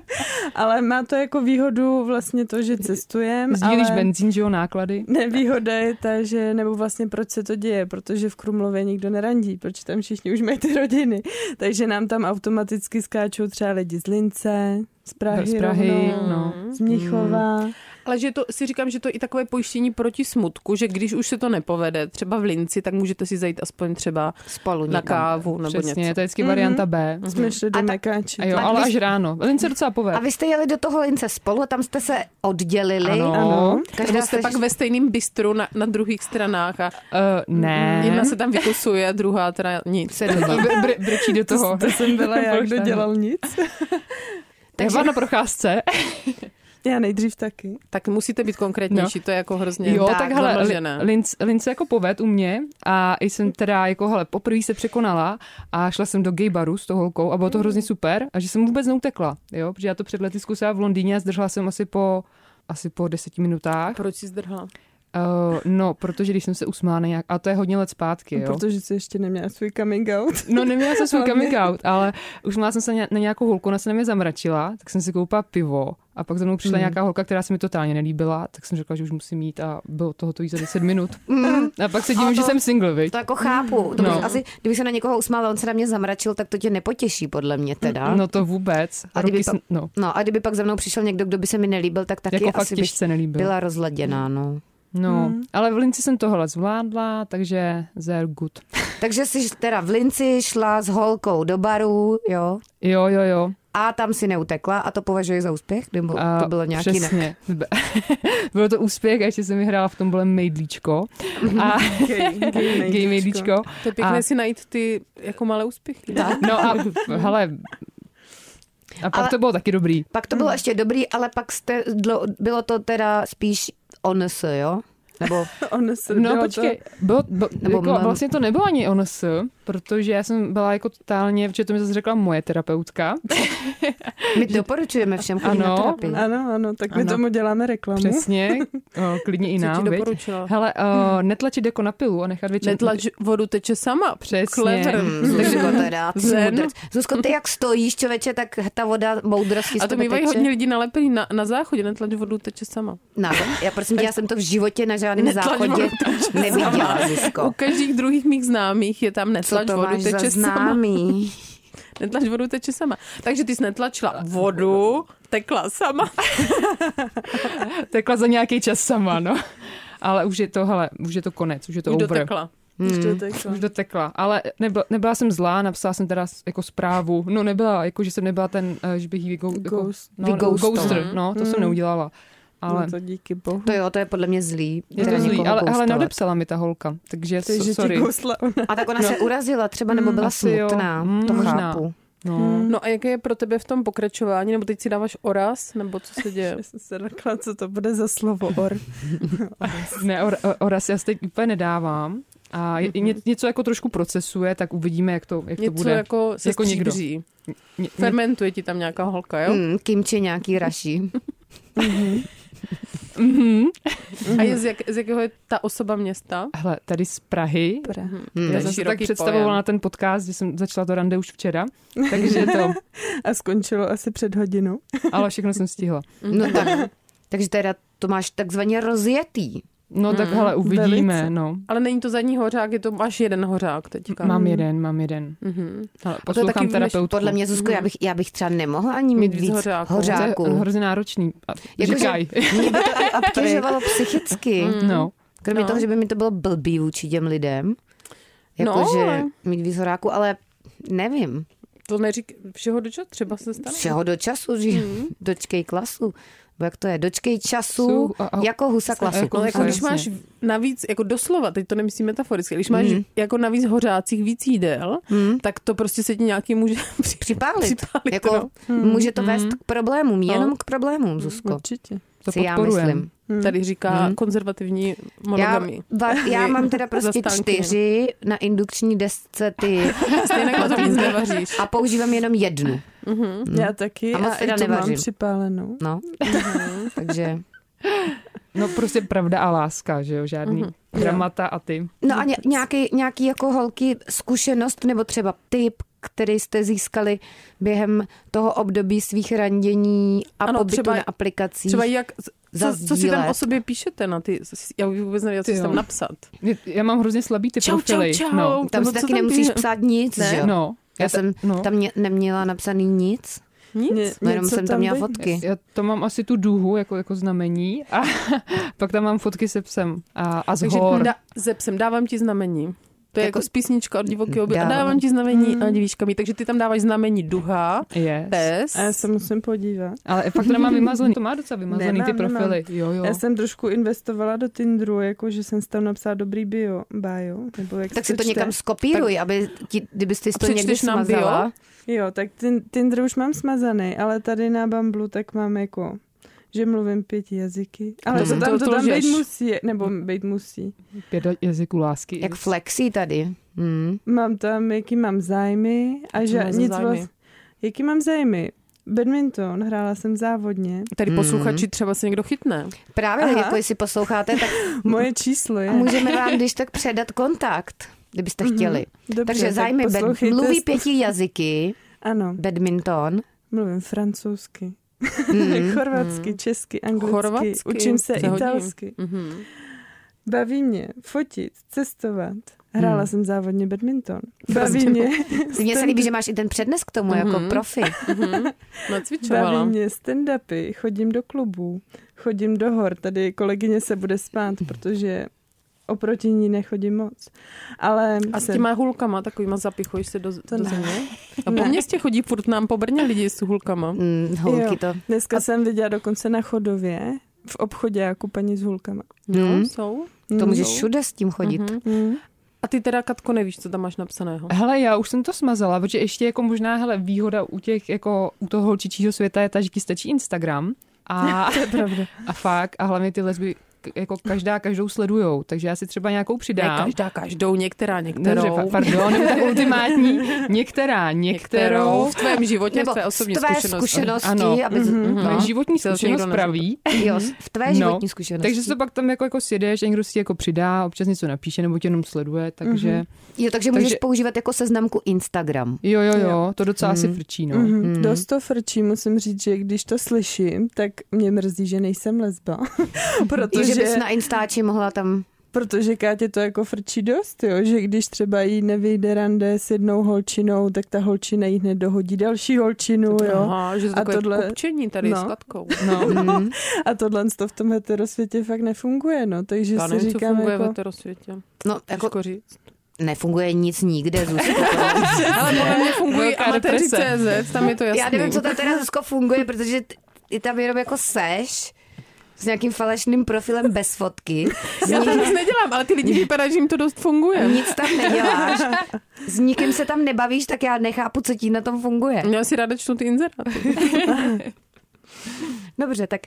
S4: Ale má to jako výhodu vlastně to, že cestujem,
S5: Sdílíš
S4: ale
S5: benzín, že jo, náklady.
S4: nevýhoda je ta, že, nebo vlastně proč se to děje, protože v Krumlově nikdo nerandí, protože tam všichni už mají ty rodiny. Takže nám tam automaticky skáčou třeba lidi z Lince, z Prahy,
S5: Z Prahy,
S4: rovnou,
S5: no. Mhm.
S4: z Mnichova.
S3: Ale že to, si říkám, že to je i takové pojištění proti smutku, že když už se to nepovede, třeba v Linci, tak můžete si zajít aspoň třeba
S1: Spolu
S3: na
S1: někam.
S3: kávu nebo
S5: Přesně,
S3: něco.
S5: to je vždycky varianta B.
S4: Jsme šli do
S1: A ta-
S4: Mekáče.
S5: Mhm. A jo,
S1: A
S5: ale
S1: když-
S5: až ráno. Lin se docela
S1: A
S5: povede.
S1: vy jste jeli do toho Lince spolu a tam jste se oddělili.
S5: Ano.
S4: Ano.
S1: Každá
S3: Nebo jste
S1: se-
S3: pak ve stejném bistru na, na druhých stranách a
S5: Uh, ne.
S1: Eh.
S3: jedna se tam vykusuje a druhá teda nic.
S1: se doma.
S5: Br- br- brčí do toho.
S4: To jsem byla já,
S5: Proč
S4: kdo
S5: ne?
S4: dělal nic.
S5: Takže... Já byla na procházce.
S4: Já nejdřív taky.
S3: Tak musíte být konkrétnější, no. to je jako hrozně
S5: Jo, tak,
S3: tak
S5: hele,
S3: zamlžené.
S5: Lin- Linc, Lince jako poved u mě a jsem teda jako, hele, poprvé se překonala a šla jsem do gay baru s tou holkou a bylo to hrozně super a že jsem vůbec neutekla, jo, protože já to před lety zkusila v Londýně a zdržela jsem asi po asi po deseti minutách.
S3: Proč jsi zdrhla?
S5: Uh, no, protože když jsem se usmála nějak, a to je hodně let zpátky, jo.
S4: Protože jsi ještě neměla svůj coming out.
S5: No neměla jsem svůj coming out, ale už měla jsem se ně- na nějakou holku, ona se na mě zamračila, tak jsem si koupila pivo a pak za mnou
S1: Mm.
S5: přišla nějaká holka, která se mi totálně nelíbila, tak jsem řekla, že už musím mít a bylo toho to jí za 10 minut. A pak se divím,
S1: A
S5: že
S1: to-
S5: jsem single, viď?
S1: Mm. To jako chápu. To
S5: No.
S1: no. asi, kdyby se na někoho usmála, on se na mě zamračil, tak to tě nepotěší, podle mě teda.
S5: No to vůbec.
S1: A
S5: A
S1: kdyby
S5: Ruky,
S1: to-
S5: sn- no,
S1: No a kdyby pak za mnou přišel někdo, kdo by se mi nelíbil, tak taky
S5: jako fakt
S1: asi bych
S5: těžce nelíbil.
S1: byla rozladěná, no.
S5: No, ale v Linci jsem tohle zvládla, takže they're good.
S1: Takže jsi teda v Linci šla s holkou do baru, jo,
S5: Jo, jo, jo.
S1: a tam si neutekla a to považuji za úspěch, nebo
S5: A
S1: to bylo nějak jinak.
S5: přesně. Be- bylo to úspěch, a ještě jsem vyhrála v tom bolem mejdlíčko. A
S4: Gay,
S5: gay mejdlíčko.
S3: To je pěkné
S5: A-
S3: a... si najít ty jako malé úspěchy.
S5: Tak, no a hele, a pak
S1: Ale-
S5: ale... to bylo taky dobrý.
S1: Pak to bylo ještě dobrý, ale pak jste, dlo, bylo to teda spíš ONS, jo? Nebo
S4: Ono se
S5: No
S4: bylo
S5: počkej, bylo, bylo,
S1: Nebo
S5: jako,
S1: mám-
S5: vlastně to nebylo ani ONS, protože já jsem byla jako totálně, protože to mi zase řekla moje terapeutka,
S1: my doporučujeme všem chodit na
S5: Ano.
S1: terapii.
S4: To, ano, ano, tak my
S5: Ano.
S4: tomu děláme reklamu.
S5: přesně, o, klidně i
S3: Co
S5: nám,
S3: ti
S5: viď?
S3: doporučila?
S5: Hele, uh, netlačit jako na pilu a nechat většinou...
S3: Netlač vodu teče sama.
S5: Přesně.
S3: Clever.
S5: Mm.
S1: Zuzko, teda, ty jsi
S3: Zen.
S1: moudrec. Zuzko, ty jak stojíš, člověče, tak ta voda moudrosti
S3: A to mývají hodně lidí nalepený na, na záchodě, netlač vodu teče sama.
S1: Na, já prosím tě, já jsem to v životě na žádném
S3: Netlač
S1: záchodě
S3: vodu
S1: neviděla,
S3: U
S1: Zuzko.
S3: každých druhých mých známých je tam
S1: No. Co
S3: netlač
S1: to
S3: vodu
S1: máš za
S3: teče sama.
S1: známý?
S3: Netlač vodu teče sama. Takže ty jsi netlačila vodu, tekla sama.
S5: Tekla za nějaký čas sama, no. Ale už je to, hele, už je to konec, už je to
S3: Už
S5: over.
S3: dotekla.
S4: Už
S1: Hmm.
S4: to takhle.
S5: Hmm. Už dotekla, ale nebyla, nebyla jsem zlá, napsala jsem teda s- jako zprávu. No nebyla, jako že jsem nebyla ten, eh, že bych jí jako, jako
S4: Ghost.
S5: no,
S1: Vyghostal.
S5: ghoster, no, to jsem neudělala. Ale
S4: No to díky bohu.
S1: To jo, to je podle mě zlý.
S5: je
S1: teda
S5: to zlý,
S1: někoho
S5: ale, ale
S1: ghostovat.
S5: neodepsala mi ta holka, takže so,
S4: Takže ti
S5: sorry.
S4: kousla ona.
S1: A tak ona se urazila třeba, nebo byla
S5: No. Hmm, asi jo.
S1: smutná.
S5: Mm,
S1: To
S5: možná.
S1: chápu.
S5: No.
S3: No a jaké je pro tebe v tom pokračování? Nebo teď si dáváš oraz? Nebo co se děje?
S4: Já jsem se řekla, co to bude za slovo or.
S5: Ne, or, or- oraz já si teď úplně nedávám. A je, ně, něco jako trošku procesuje, tak uvidíme, jak to, jak to
S3: Něco
S5: bude.
S3: jako se
S5: Jako nikdo.
S3: stříbří.
S5: Ně, ně,
S3: Fermentuje ti tam nějaká holka, jo?
S1: Mm, kimči nějaký raší.
S5: mhm.
S3: A je z, jak, z jakého je ta osoba města?
S5: Hele, tady z Prahy.
S1: Mm.
S5: Mm. Já
S3: je
S5: jsem si tak
S3: široký
S5: představovala
S3: pojem.
S5: na ten podcast, že jsem začala to rande už včera, takže to,
S4: A skončilo asi před hodinou.
S5: ale všechno jsem stihla.
S1: No
S5: Hmm.
S1: tak, takže teda to máš takzvaně rozjetý.
S5: No tak hele, uvidíme,
S4: velice.
S5: no.
S3: Ale není to zadní hořák, je to máš jeden hořák teďka.
S5: Mám jeden, mám jeden.
S3: Mhm.
S5: Hele,
S3: to je taky
S5: poslouchám
S3: než-
S5: terapeutku. Hmm.
S1: Podle mě, Zuzko, já bych, já bych třeba nemohla ani mít,
S3: Mít
S1: víc
S3: víc
S1: hořáků.
S3: hořáků.
S1: hořáků.
S5: To je hrozně náročný. A
S1: Jakože- Mhm.
S5: Říkaj.
S1: Mě by to i obtěžovalo psychicky.
S5: No.
S1: Kromě
S3: No.
S1: toho, že by mi to bylo blbý vůči těm lidem.
S5: No.
S1: Jakože
S3: ale-
S1: mít víc horáku, ale nevím.
S3: To neřík, všeho do čeho třeba se stane.
S1: Všeho do času, že?
S5: Hmm.
S1: Dočkej klasu. Bo jak to je? Dočkej času,
S5: Jsou a- a-
S1: jako husa klasu.
S5: jako
S3: No,
S5: No,
S3: jako když
S5: jasně.
S3: máš navíc, jako doslova, teď to nemyslím metaforicky, když máš mm. jako navíc hořácích víc jídel,
S1: Hmm?
S3: mm. tak to prostě se ti nějaký může při-
S1: Připálit.
S3: připálit
S1: Jako,
S3: no.
S1: Může Hmm. to vést k problémům, jenom k problémům, Zuzko.
S4: Určitě.
S5: To
S1: si já
S5: podporujem.
S1: myslím.
S3: Tady říká
S5: Mm.
S1: Hmm.
S3: konzervativní
S1: Já,
S3: monogamy.
S1: va, já
S3: Vy-
S1: mám teda prostě
S3: zastánkyně.
S1: čtyři na indukční desce ty
S3: Stejně jako to nic nevaříš.
S1: a používám jenom jednu.
S5: Hmm.
S4: Já taky
S1: Mhm. A moc
S4: a, i
S1: teda
S4: to mám
S1: nevařím.
S4: připálenou.
S1: No, takže...
S5: No prostě pravda a láska, že jo, žádný
S3: Mhm.
S5: dramata a ty.
S1: No a ně, nějaký, nějaký jako holky zkušenost nebo třeba tip, který jste získali během toho období svých randění a
S3: Ano,
S1: ano, pobytu
S3: třeba-
S1: na aplikacích.
S3: Třeba jak, co, co si tam o
S1: Zazdílet.
S3: sobě píšete na ty, já vůbec nevím, co
S5: Ty
S3: si tam
S5: jo.
S3: napsat.
S5: Je- Já mám hrozně slabý ty
S3: Čau, čau,
S5: profily.
S3: čau.
S5: No.
S1: tam
S3: nebo
S1: si
S3: co
S1: taky
S3: tam
S1: nemusíš
S3: píše?
S1: psát nic,
S3: Ne?
S1: že jo?
S5: no.
S1: Já
S5: ta-
S1: jsem
S5: no.
S1: tam mě, neměla napsaný nic,
S4: Ně-
S3: Nic.
S1: no jenom
S4: něco
S1: jsem tam měla
S4: by-
S1: fotky.
S5: Já to mám asi tu duhu jako, jako znamení a pak tam mám fotky se psem a, a z
S3: Takže
S5: hor.
S3: da, ze psem dávám ti znamení. To je jako,
S1: Jako-
S3: z písnička od divokého obě. A
S1: Dávám.
S3: dávám Hmm. ti znamení a divíčkami. Takže ty tam dáváš znamení duha,
S5: Yes.
S3: pes.
S4: A já se musím podívat.
S5: Ale fakt to nemám vymazlený. To má docela vymazlený ty
S4: Nemám, nemám.
S5: profily. Jo, jo.
S4: Já jsem trošku investovala do Tinderu, jako že jsem si tam napsala dobrý bio, bio nebo jak
S1: Tak
S4: se
S1: si to
S4: čte.
S1: někam skopíruj, aby ti, kdybys ty si to někdy
S3: přečteš nám
S1: smazala.
S4: Jo, tak tin- Tinder už mám smazaný, ale tady na Bamblu tak mám jako že mluvím pět jazyky, ale
S1: To Mm.
S4: to,
S1: se-
S4: tam,
S3: to-
S4: to,
S3: to
S4: tam
S3: lžeš.
S4: být musí, nebo být musí.
S5: Pět jazyků lásky.
S1: Jak flexí tady. Hmm.
S4: Mám tam, jaký mám zájmy a
S3: Co
S4: že
S3: máš za
S4: nic
S3: zájmy?
S4: vlast... Jaký mám zájmy? Badminton, hrála jsem závodně.
S3: Tady
S1: Mm.
S3: posluchači třeba se někdo chytne.
S1: Právě
S4: Aha.
S1: jako jestli posloucháte, tak
S4: Moje číslo je.
S1: můžeme vám když tak předat kontakt, kdybyste chtěli.
S4: Dobře,
S1: Takže
S4: tak
S1: zájmy bad-
S4: poslouchejte-
S1: mluví pěti jazyky,
S4: Ano,
S1: badminton.
S4: mluvím francouzsky, chorvatsky, česky, anglicky,
S3: Chorvatsky,
S4: učím se
S3: to hodí.
S4: italsky.
S3: Mhm.
S4: Baví mě fotit, cestovat. Hrála
S1: Hmm.
S4: jsem závodně badminton.
S3: Prostě
S4: Baví mě,
S1: Mně se líbí, že máš i ten přednes k tomu jako
S3: Mhm.
S1: profi.
S3: Mhm.
S4: baví
S3: Nacvičovala.
S4: mě stand-upy, chodím do klubů, chodím do hor. Tady kolegyně se bude spát, protože oproti ní nechodím moc. Ale
S3: A s těma hulkama takovýma zapichuješ se do, do
S4: ne. Hmm.
S3: země? A po
S4: Ne.
S3: městě chodí furt nám po Brně lidi s hulkama.
S1: Mm, holky
S4: Jo.
S1: to.
S4: dneska jsem viděla dokonce na chodově v obchodě jako paní s hulkama.
S3: No,
S1: Mhm.
S3: jsou.
S1: To
S4: Mm.
S1: můžeš všude s tím chodit.
S3: Mhm.
S4: Mm.
S3: A ty teda, Katko, nevíš, co tam máš napsaného.
S5: Hele, já už jsem to smazala, protože ještě jako možná, hele, výhoda u těch, jako u toho holčičího světa je ta, že ti stačí Instagram. A, to je pravda. A fakt, a hlavně ty lesby, k- jako každá každou sledujou, takže já si třeba nějakou
S3: Ne,
S5: přidám.
S3: každá, každou, některá,
S5: Dobře,
S3: některou.
S5: pa- pardon, nebo tak ultimátní. Některá, některou.
S3: v tvém životě, v
S1: Nebo
S3: tvé osobní
S1: v tvé
S3: zkušenosti.
S1: zkušenosti,
S5: Ano.
S1: aby z...
S4: Mhm.
S5: Moje
S1: no.
S5: životní
S3: To zase někdo
S5: zkušenost
S3: nezná.
S5: praví.
S1: jo, v tvé
S5: No.
S1: životní zkušenosti.
S5: Takže se to pak tam jako, jako sjedeš, někdo si jako přidá, občas něco napíše nebo tě jenom sleduje, takže
S3: Mhm.
S1: jo, takže můžeš
S5: takže-
S1: používat jako seznamku Instagram.
S5: jo, jo, jo, to docela asi
S1: Mm.
S5: frčí, no.
S4: Mm-hmm.
S3: Hmm.
S1: Mhm.
S4: Dost to frčí, musím říct, že když to slyším, tak mě mrzí, že nejsem lesba.
S1: To, že
S4: protože,
S1: bys na Instači mohla tam...
S4: protože Kátě to jako frčí dost, jo? že když třeba jí nevyjde rande s jednou holčinou, tak ta holčina jí hned dohodí další holčinu, jo.
S3: Aha, že to
S4: A
S3: takové tohle...
S4: tohle-
S3: kupčení tady no.
S4: No.
S3: s Katkou.
S5: no.
S1: Mm.
S4: A tohle to v tom heterosvětě fakt nefunguje, no. Takže
S3: Já
S4: si
S3: nevím, co
S4: říkám
S3: funguje jako... v
S4: jako...
S3: heterosvětě.
S1: No, jako
S3: Těžko říct.
S1: nefunguje nic nikde, Zuzko.
S3: Ale podle mě fungují
S5: Velká
S3: amatéři
S5: deprese.
S3: CZ, tam je to jasný.
S1: Já nevím, co tam teda Zuzko funguje, protože t- ty tam jenom jako seš s nějakým falešným profilem bez fotky. S
S3: Já to
S1: ni-
S3: nic nedělám, ale ty lidi vypadají, že jim to dost funguje.
S1: nic tam neděláš, s nikým se tam nebavíš, tak já nechápu, co ti na tom funguje.
S3: Já si ráda čtu ty inzeráty.
S1: Dobře, tak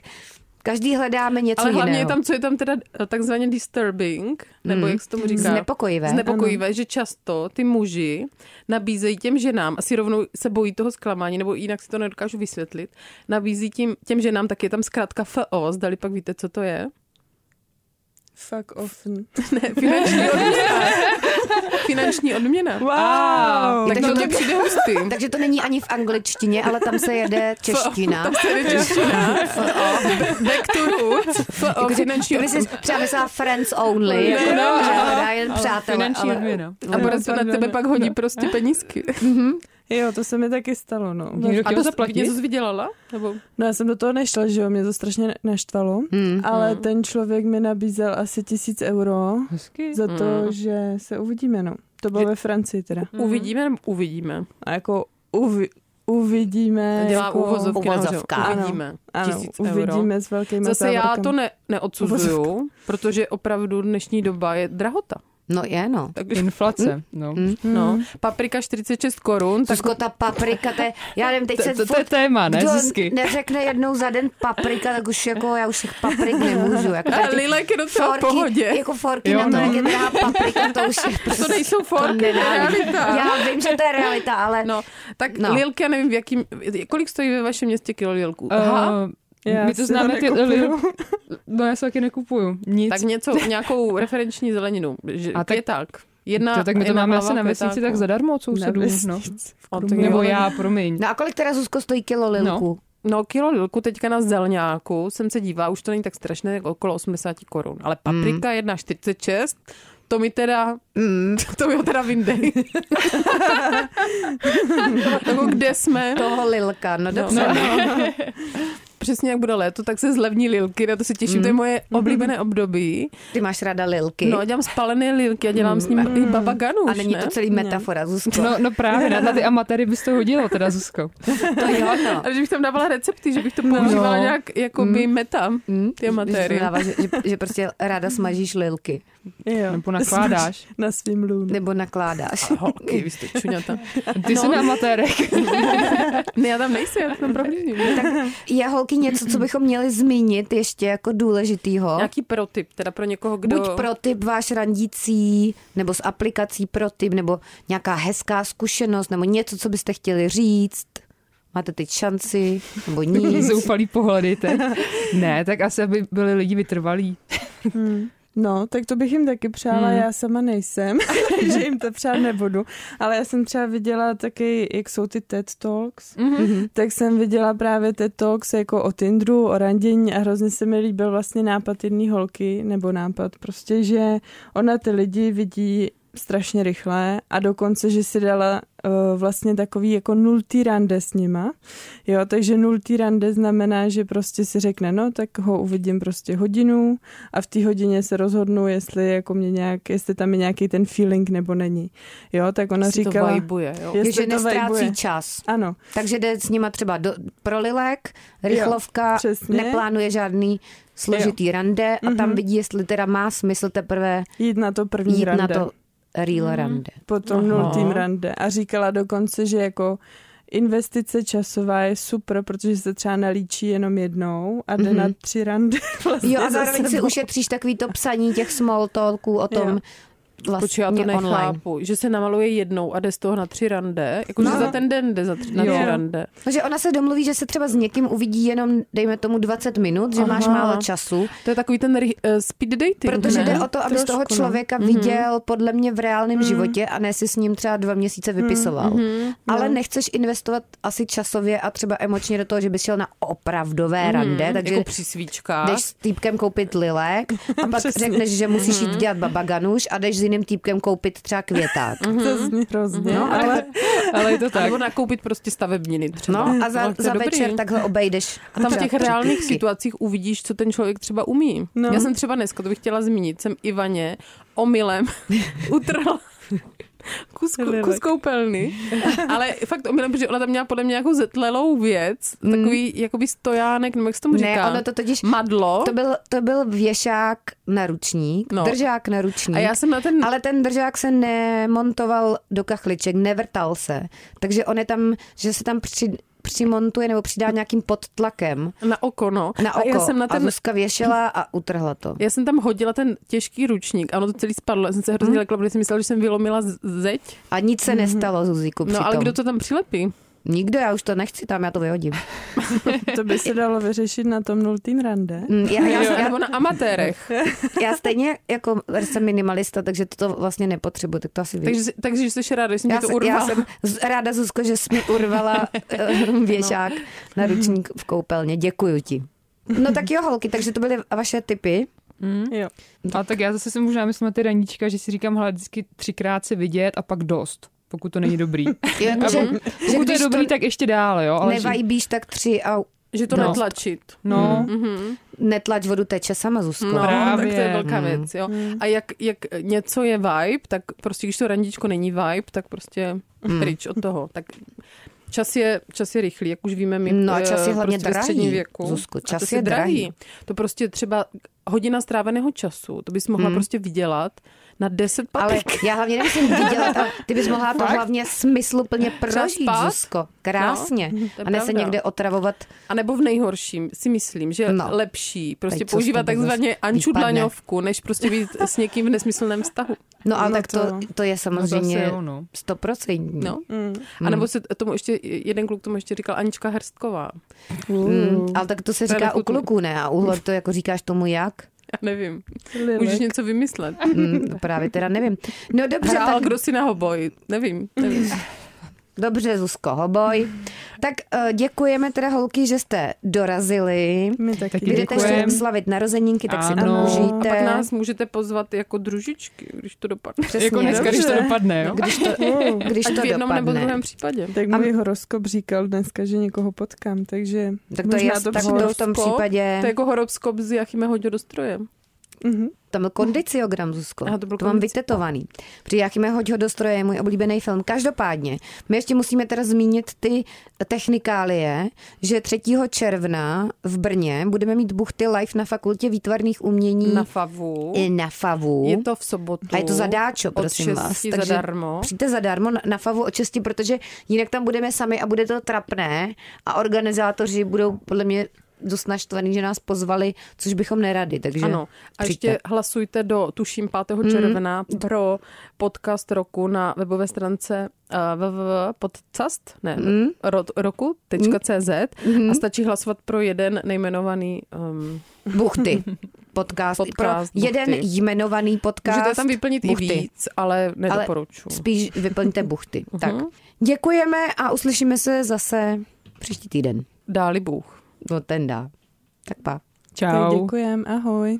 S1: každý hledáme něco
S3: Ale hlavně
S1: jiného.
S3: je tam, co je tam teda eh, takzvaně disturbing, nebo
S1: Mm.
S3: jak se tomu říká?
S1: Znepokojivé.
S3: Hmm. Znepokojivé, že často ty muži nabízejí těm ženám, asi rovnou se bojí toho zklamání, nebo jinak si to nedokážu vysvětlit, nabízí tím, těm ženám, tak je tam zkrátka FO, zdali pak víte, co to je?
S4: Fuck off. no. Wow!
S3: Ne, finanční odměna. No, finanční odměna. Tak
S5: Wow.
S1: Takže
S3: to
S1: to-
S3: mě přijde hustý.
S1: Takže to není ani v angličtině, ale tam se jede čeština.
S3: Čeština. Back to roots. FO,
S1: Jakože
S3: finanční
S1: to by si
S3: odměna.
S1: třeba myslela friends only, jako,
S5: no,
S1: že
S5: no,
S1: hledá jen přátelé.
S5: Finanční
S1: ale-
S5: odměna.
S3: A bude se na tebe pak hodí prostě penízky.
S4: Jo, to se mi taky stalo, no.
S5: Někdo
S3: A
S5: chtěl
S3: to
S5: zaplatit?
S3: něco jsi vydělala? Nebo
S4: No já jsem do toho nešla, že jo, mě to strašně naštvalo.
S3: Mhm.
S1: Hmm.
S4: Ale ten člověk mi nabízel asi tisíc euro.
S5: Hezky.
S4: Za to,
S3: Mm.
S4: že se uvidíme, no. To bylo
S3: Že-
S4: ve Francii teda.
S3: Mm. uvidíme nebo uvidíme?
S4: A jako uvi, uvidíme...
S3: Dělá
S4: jako,
S3: uvozovky
S1: uvozovka.
S3: nahoře.
S4: Ano,
S3: Uvidíme.
S4: Ano,
S3: Tisíc euro.
S4: uvidíme s velkými
S3: Zase já to ne, neodsuzuju, protože opravdu dnešní doba je drahota.
S1: No je, no.
S5: Inflace, no.
S3: No, paprika 46 korun, tak
S1: Zuzko, jako ta paprika, to je, já nevím, teď
S5: To-
S1: se
S5: to- to
S1: furt-
S5: je téma, ne,
S1: kdo
S5: Zuzky?
S1: neřekne jednou za den paprika, tak už jako já už těch paprik nemůžu. Jako tady
S3: a
S1: ty
S3: Lilek Eh, je docela
S1: forky,
S3: v pohodě.
S1: jako forky
S5: Jo,
S1: na to,
S5: no.
S1: jak je drahá paprika, to už je prostě...
S3: To nejsou forky, to je
S1: nenávidím.
S3: realita.
S1: Já vím, že to je realita, ale no.
S3: No, tak
S1: No.
S3: no. Lilky, já nevím, v jakým, kolik stojí ve vašem městě kilo Lilku? Aha.
S5: Uh,
S4: Já
S5: my to
S4: si
S5: známe,
S4: to
S5: ty,
S4: nekupuju.
S5: li- no já se taky nekupuju, nic.
S3: Tak něco, nějakou referenční zeleninu. Že,
S5: A
S3: a tak,
S5: tak-
S3: květák. Jedna,
S5: to, tak my to
S3: jedna
S5: máme
S3: hlava
S5: asi na
S3: květáku.
S5: vesnici tak zadarmo od sousedů, no.
S3: A tak
S5: Nebo
S3: jo.
S5: já, promiň.
S1: no a kolik teda, Zuzko, stojí kilo lilku?
S3: No kilo lilku teďka na zelňáku jsem se dívá, už to není tak strašné, jako okolo 80 korun. Ale
S5: Mm.
S3: paprika 1,46, to mi teda,
S1: Mm.
S3: to mi ho teda vyndej. Nebo kde jsme?
S1: Toho lilka, no
S3: No,
S1: dobře.
S3: no, no. Přesně jak bude léto, tak se zlevní lilky, na to se těším, to
S1: Mm.
S3: je moje oblíbené období.
S1: Ty máš ráda lilky.
S3: No, dělám spalené lilky a dělám s ním i babaganu
S1: Mm. a
S3: už,
S1: není
S3: ne?
S1: to celý metafora, Zuzko.
S5: No, no právě, na, na ty amatéry bys to hodilo teda, Zuzko.
S1: To jo, no.
S3: Ale že bych tam dávala recepty, že bych to používala
S5: No.
S3: nějak jako by meta,
S1: Mm.
S3: ty
S1: Že,
S3: amatéry.
S1: dává, že, že, že prostě ráda smažíš lilky.
S4: Jo.
S5: Nebo nakládáš.
S4: Na svým lůnu.
S1: Nebo nakládáš.
S3: Holky, vy jste čuňata.
S5: Ty jsi na jako amatérech.
S3: Ne, já tam nejsem, já tam prohlížím.
S1: No. Je holky něco, co bychom měli zmínit ještě jako důležitýho?
S3: Nějaký protip, teda pro někoho, kdo...
S1: Buď pro typ váš randící, nebo s aplikací pro typ, nebo nějaká hezká zkušenost, nebo něco, co byste chtěli říct. Máte teď šanci, nebo nic.
S5: Zoufalý pohledy teď. Ne, tak asi, aby byli lidi vytrvalí.
S4: No, tak to bych jim taky přála,
S5: Hmm.
S4: hmm. já sama nejsem, že jim to přát nebudu. Ale já jsem třeba viděla taky, jak jsou ty TED Talks,
S3: Mhm.
S4: tak jsem viděla právě TED Talks jako o Tindru, o randění a hrozně se mi líbil vlastně nápad jedné holky, nebo nápad prostě, že ona ty lidi vidí strašně rychle a dokonce, že si dala uh, vlastně takový jako nultý rande s nima. Jo, takže nultý rande znamená, že prostě si řekne, no tak ho uvidím prostě hodinu a v té hodině se rozhodnu, jestli jako mě nějak, jestli tam je nějaký ten feeling nebo není. Jo, tak ona
S3: Jestli
S4: říkala,
S3: To vibuje, jo.
S4: jestli
S1: že
S4: to vibuje.
S1: nestrácí čas.
S4: Ano,
S1: Takže jde s nima třeba do, pro lilek, rychlovka,
S4: přesně. Mhm.
S1: neplánuje žádný složitý rande a tam vidí, jestli teda má smysl teprve
S4: jít na to první
S1: jít
S4: rande. Mhm.
S1: na to real rande.
S4: potom
S3: Aha.
S4: nultým rande a říkala dokonce, že jako investice časová je super, protože se třeba nalíčí jenom jednou a jde
S1: Mhm.
S4: na tři rande vlastně
S1: Jo a
S4: za
S1: zároveň si
S4: sebou.
S1: ušetříš takový to psaní těch small talků o tom
S4: Jo.
S1: vlastně
S3: Počkej, já to
S1: online.
S3: nechápu, že se namaluje jednou a jde z toho na tři rande, jakože
S4: No.
S3: za ten den jde za tři, na
S5: Jo.
S3: tři rande.
S1: No, že ona se domluví, že se třeba s někým uvidí jenom, dejme tomu, 20 minut, že Aha. máš
S3: Aha.
S1: málo času,
S3: To je takový ten ry- eh, speed dating,
S1: protože
S3: ne? Hmm,
S1: jde o to, aby z toho
S4: Trošku, no.
S1: člověka
S3: Mhm.
S1: viděl podle mě v reálném životě a ne si s ním třeba dva měsíce
S3: Mhm,
S1: vypisoval. Ale
S3: no.
S1: nechceš investovat asi časově a třeba emočně do toho, že bys šel na opravdové rande, takže
S3: jako při svíčkách.
S1: jdeš s týpkem koupit lilek a pak řekneš, že musíš
S3: Mhm.
S1: jít dělat babaganuš a jdeš s jiným týpkem koupit třeba květák.
S4: To zní hrozně,
S1: No,
S4: no,
S1: a tak-
S4: ale
S5: Ale je to
S3: A
S5: tak.
S3: nebo nakoupit prostě stavebniny třeba.
S1: No a za,
S3: No, to je
S1: za
S3: dobrý.
S1: večer takhle obejdeš.
S3: A tam v
S1: třeba
S3: těch
S1: tři
S3: reálných
S1: týpky.
S3: situacích uvidíš, co ten člověk třeba umí.
S4: No.
S3: No. Já jsem třeba dneska, to bych chtěla zmínit, jsem Ivaně omylem utrhla kus,
S4: Lilek.
S3: kus koupelny. Ale fakt omylem, protože ona tam měla podle mě nějakou zetlelou věc, takový jakoby stojánek, nebo jak se tomu říká.
S1: Mm. Ne, ono to totiž...
S3: Madlo.
S1: To byl, to byl věšák na ručník, no.
S3: No.
S1: držák na ručník.
S3: A já jsem na ten... Ale...
S1: Ale ten držák se nemontoval do kachliček, nevrtal se. Takže on je tam, že se tam při, přimontuje nebo přidá nějakým podtlakem
S3: Na oko, no.
S1: na oko.
S3: A já jsem na
S1: a
S3: ten...
S1: Zuzka věšela a utrhla to.
S3: Já jsem tam hodila ten těžký ručník a ono to celý spadlo. Já jsem se
S1: Mhm.
S3: hrozně lekla, protože jsem myslela, že jsem vylomila z- zeď.
S1: A nic se nestalo, Zuzíku,
S3: No
S1: přitom.
S3: ale kdo to tam přilepí?
S1: Nikdo, já už to nechci tam, já to vyhodím.
S4: to by se dalo vyřešit na tom nultým rande.
S1: Mm, Já, já,
S3: Jo,
S1: já,
S3: Nebo na amatérech.
S1: já stejně jako jsem minimalista, takže to vlastně nepotřebuji, tak to asi víš.
S3: Takže, takže jsi ráda, že jsem ti to
S1: se-
S3: urvala.
S1: já jsem z- ráda, Zuzko, že jsi mi urvala eh, věšák na ručník v koupelně. Děkuju ti. No tak jo, holky, takže to byly vaše typy.
S4: Jo.
S5: A tak já zase si možná myslím na ty raníčka, že si říkám, hele, vždycky třikrát se vidět a pak dost, pokud to není dobrý.
S1: Jo, mm-hmm.
S5: A
S1: jakože,
S5: pokud- pokud to je
S1: když
S5: dobrý,
S1: to
S5: tak ještě dále, jo. Ale že,
S1: Jako, nevajbíš, tak tři a
S3: Že to
S5: No.
S3: no. netlačit. Mhm.
S5: no,
S1: netlač vodu teče sama, Zuzko.
S3: No,
S5: Právě.
S3: tak to je
S1: Hmm.
S3: velká věc, jo. A jak, jak něco je vibe, tak prostě, když to randičko není vibe, tak prostě
S1: Hmm.
S3: pryč od toho. Tak čas je, čas je rychlý, jak už víme my
S1: No a
S3: eh,
S1: čas je hlavně
S3: prostě ve středním
S1: drahý,
S3: věku.
S1: Zuzko,
S3: A
S1: čas
S3: čas
S1: je
S3: je
S1: drahý.
S3: To prostě třeba hodina stráveného času, to bys mohla hmm. prostě vydělat na 10
S1: Ale
S3: patek.
S1: já hlavně nemyslím vydělat, ale ty bys mohla to hlavně smysluplně prožít,
S3: spat?
S1: Zuzko. Krásně.
S3: No, to je
S1: a ne se
S3: pravda.
S1: někde otravovat.
S3: A nebo v nejhorším si myslím, že
S1: No.
S3: no. lepší prostě
S1: Teď co s
S3: používat
S1: tebou
S3: takzvaně
S1: zas
S3: anču
S1: vypadne.
S3: dlaňovku, než prostě být s někým v nesmyslném vztahu.
S1: No ale
S4: No
S1: tak to,
S4: to-
S1: to je
S5: No to
S1: samozřejmě
S5: asi jo, no.
S1: stoprocentní.
S3: No.
S4: Mm.
S1: Hmm.
S3: A nebo se tomu ještě, jeden kluk tomu ještě říkal Anička Herstková.
S1: Mm, ale tak to se
S3: To je
S1: říká u
S3: nechutný.
S1: kluků, ne? A u hleb to jako říkáš tomu jak?
S3: Já nevím,
S4: Lilek.
S3: můžeš něco vymyslet.
S1: Mm, to právě teda nevím. No dobře,
S3: Hrál
S1: tak,
S3: kdo si na hoboj, nevím. nevím.
S1: dobře Zuzko, hoboj. Tak eh, děkujeme teda holky, že jste dorazili.
S4: My taky.
S5: Taky
S1: Budete
S5: děkujem.
S1: ještě slavit narozeninky, tak si tam
S5: Ano.
S1: užijte.
S3: Pak nás můžete pozvat jako družičky, když to dopadne.
S1: Přesně,
S5: Jako dneska, když to
S4: dobře.
S5: dopadne, jo?
S1: když to, když
S3: Ať
S1: to
S3: v jednom nebo
S1: dopadne.
S3: druhém případě.
S4: Tak
S1: A-
S4: můj horoskop říkal dneska, že někoho potkám, takže...
S1: Tak to
S4: možná
S1: je jasné, tak to v tom
S3: horoskop,
S1: případě,
S3: To je jako horoskop z Jachime hodil do stroje.
S4: Mhm.
S1: tam byl kondiciogram, Zuzko.
S3: Aha, to byl
S1: to mám
S3: kondici-
S1: vytetovaný. Při Jachime hoď ho do stroje je můj oblíbený film. Každopádně, my ještě musíme teda zmínit ty technikálie, že 3. června v Brně budeme mít buchty live na fakultě výtvarných umění
S3: Na favu.
S1: i na FAVu.
S3: Je to v sobotu.
S1: A je to zadáčo, prosím
S3: od 6
S1: vás.
S3: zadarmo.
S1: Přijďte zadarmo na, na favu o česti, protože jinak tam budeme sami a bude to trapné a organizátoři budou podle mě dost naštvaný, že nás pozvali, což bychom neradi, takže
S3: Ano, a
S1: přijďte.
S3: ještě hlasujte do, tuším, 5. červena pro podcast roku na webové stránce uh, www.podcast, ne, rod- roku.cz a stačí hlasovat pro jeden nejmenovaný um,
S1: Buchty. Podcast.
S3: Podcast,
S1: pro jeden
S3: buchty.
S1: jmenovaný podcast.
S3: Můžete tam vyplnit
S1: buchty.
S3: i víc, Mhm. ale nedoporučuji.
S1: Ale spíš vyplňte buchty. tak. Děkujeme a uslyšíme se zase příští týden.
S3: Dáli Bůh.
S1: No ten dá. Tak pa.
S5: Čau.
S4: Tak děkujem, ahoj.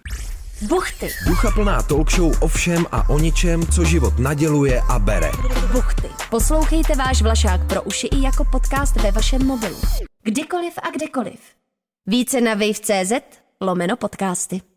S6: Buchty,
S2: Ducha plná talk show o všem a o ničem, co život naděluje a bere.
S6: buchty. Poslouchejte váš Vlašák pro uši i jako podcast ve vašem mobilu. Kdykoliv a kdekoliv. Více na wave.cz lomeno podcasty.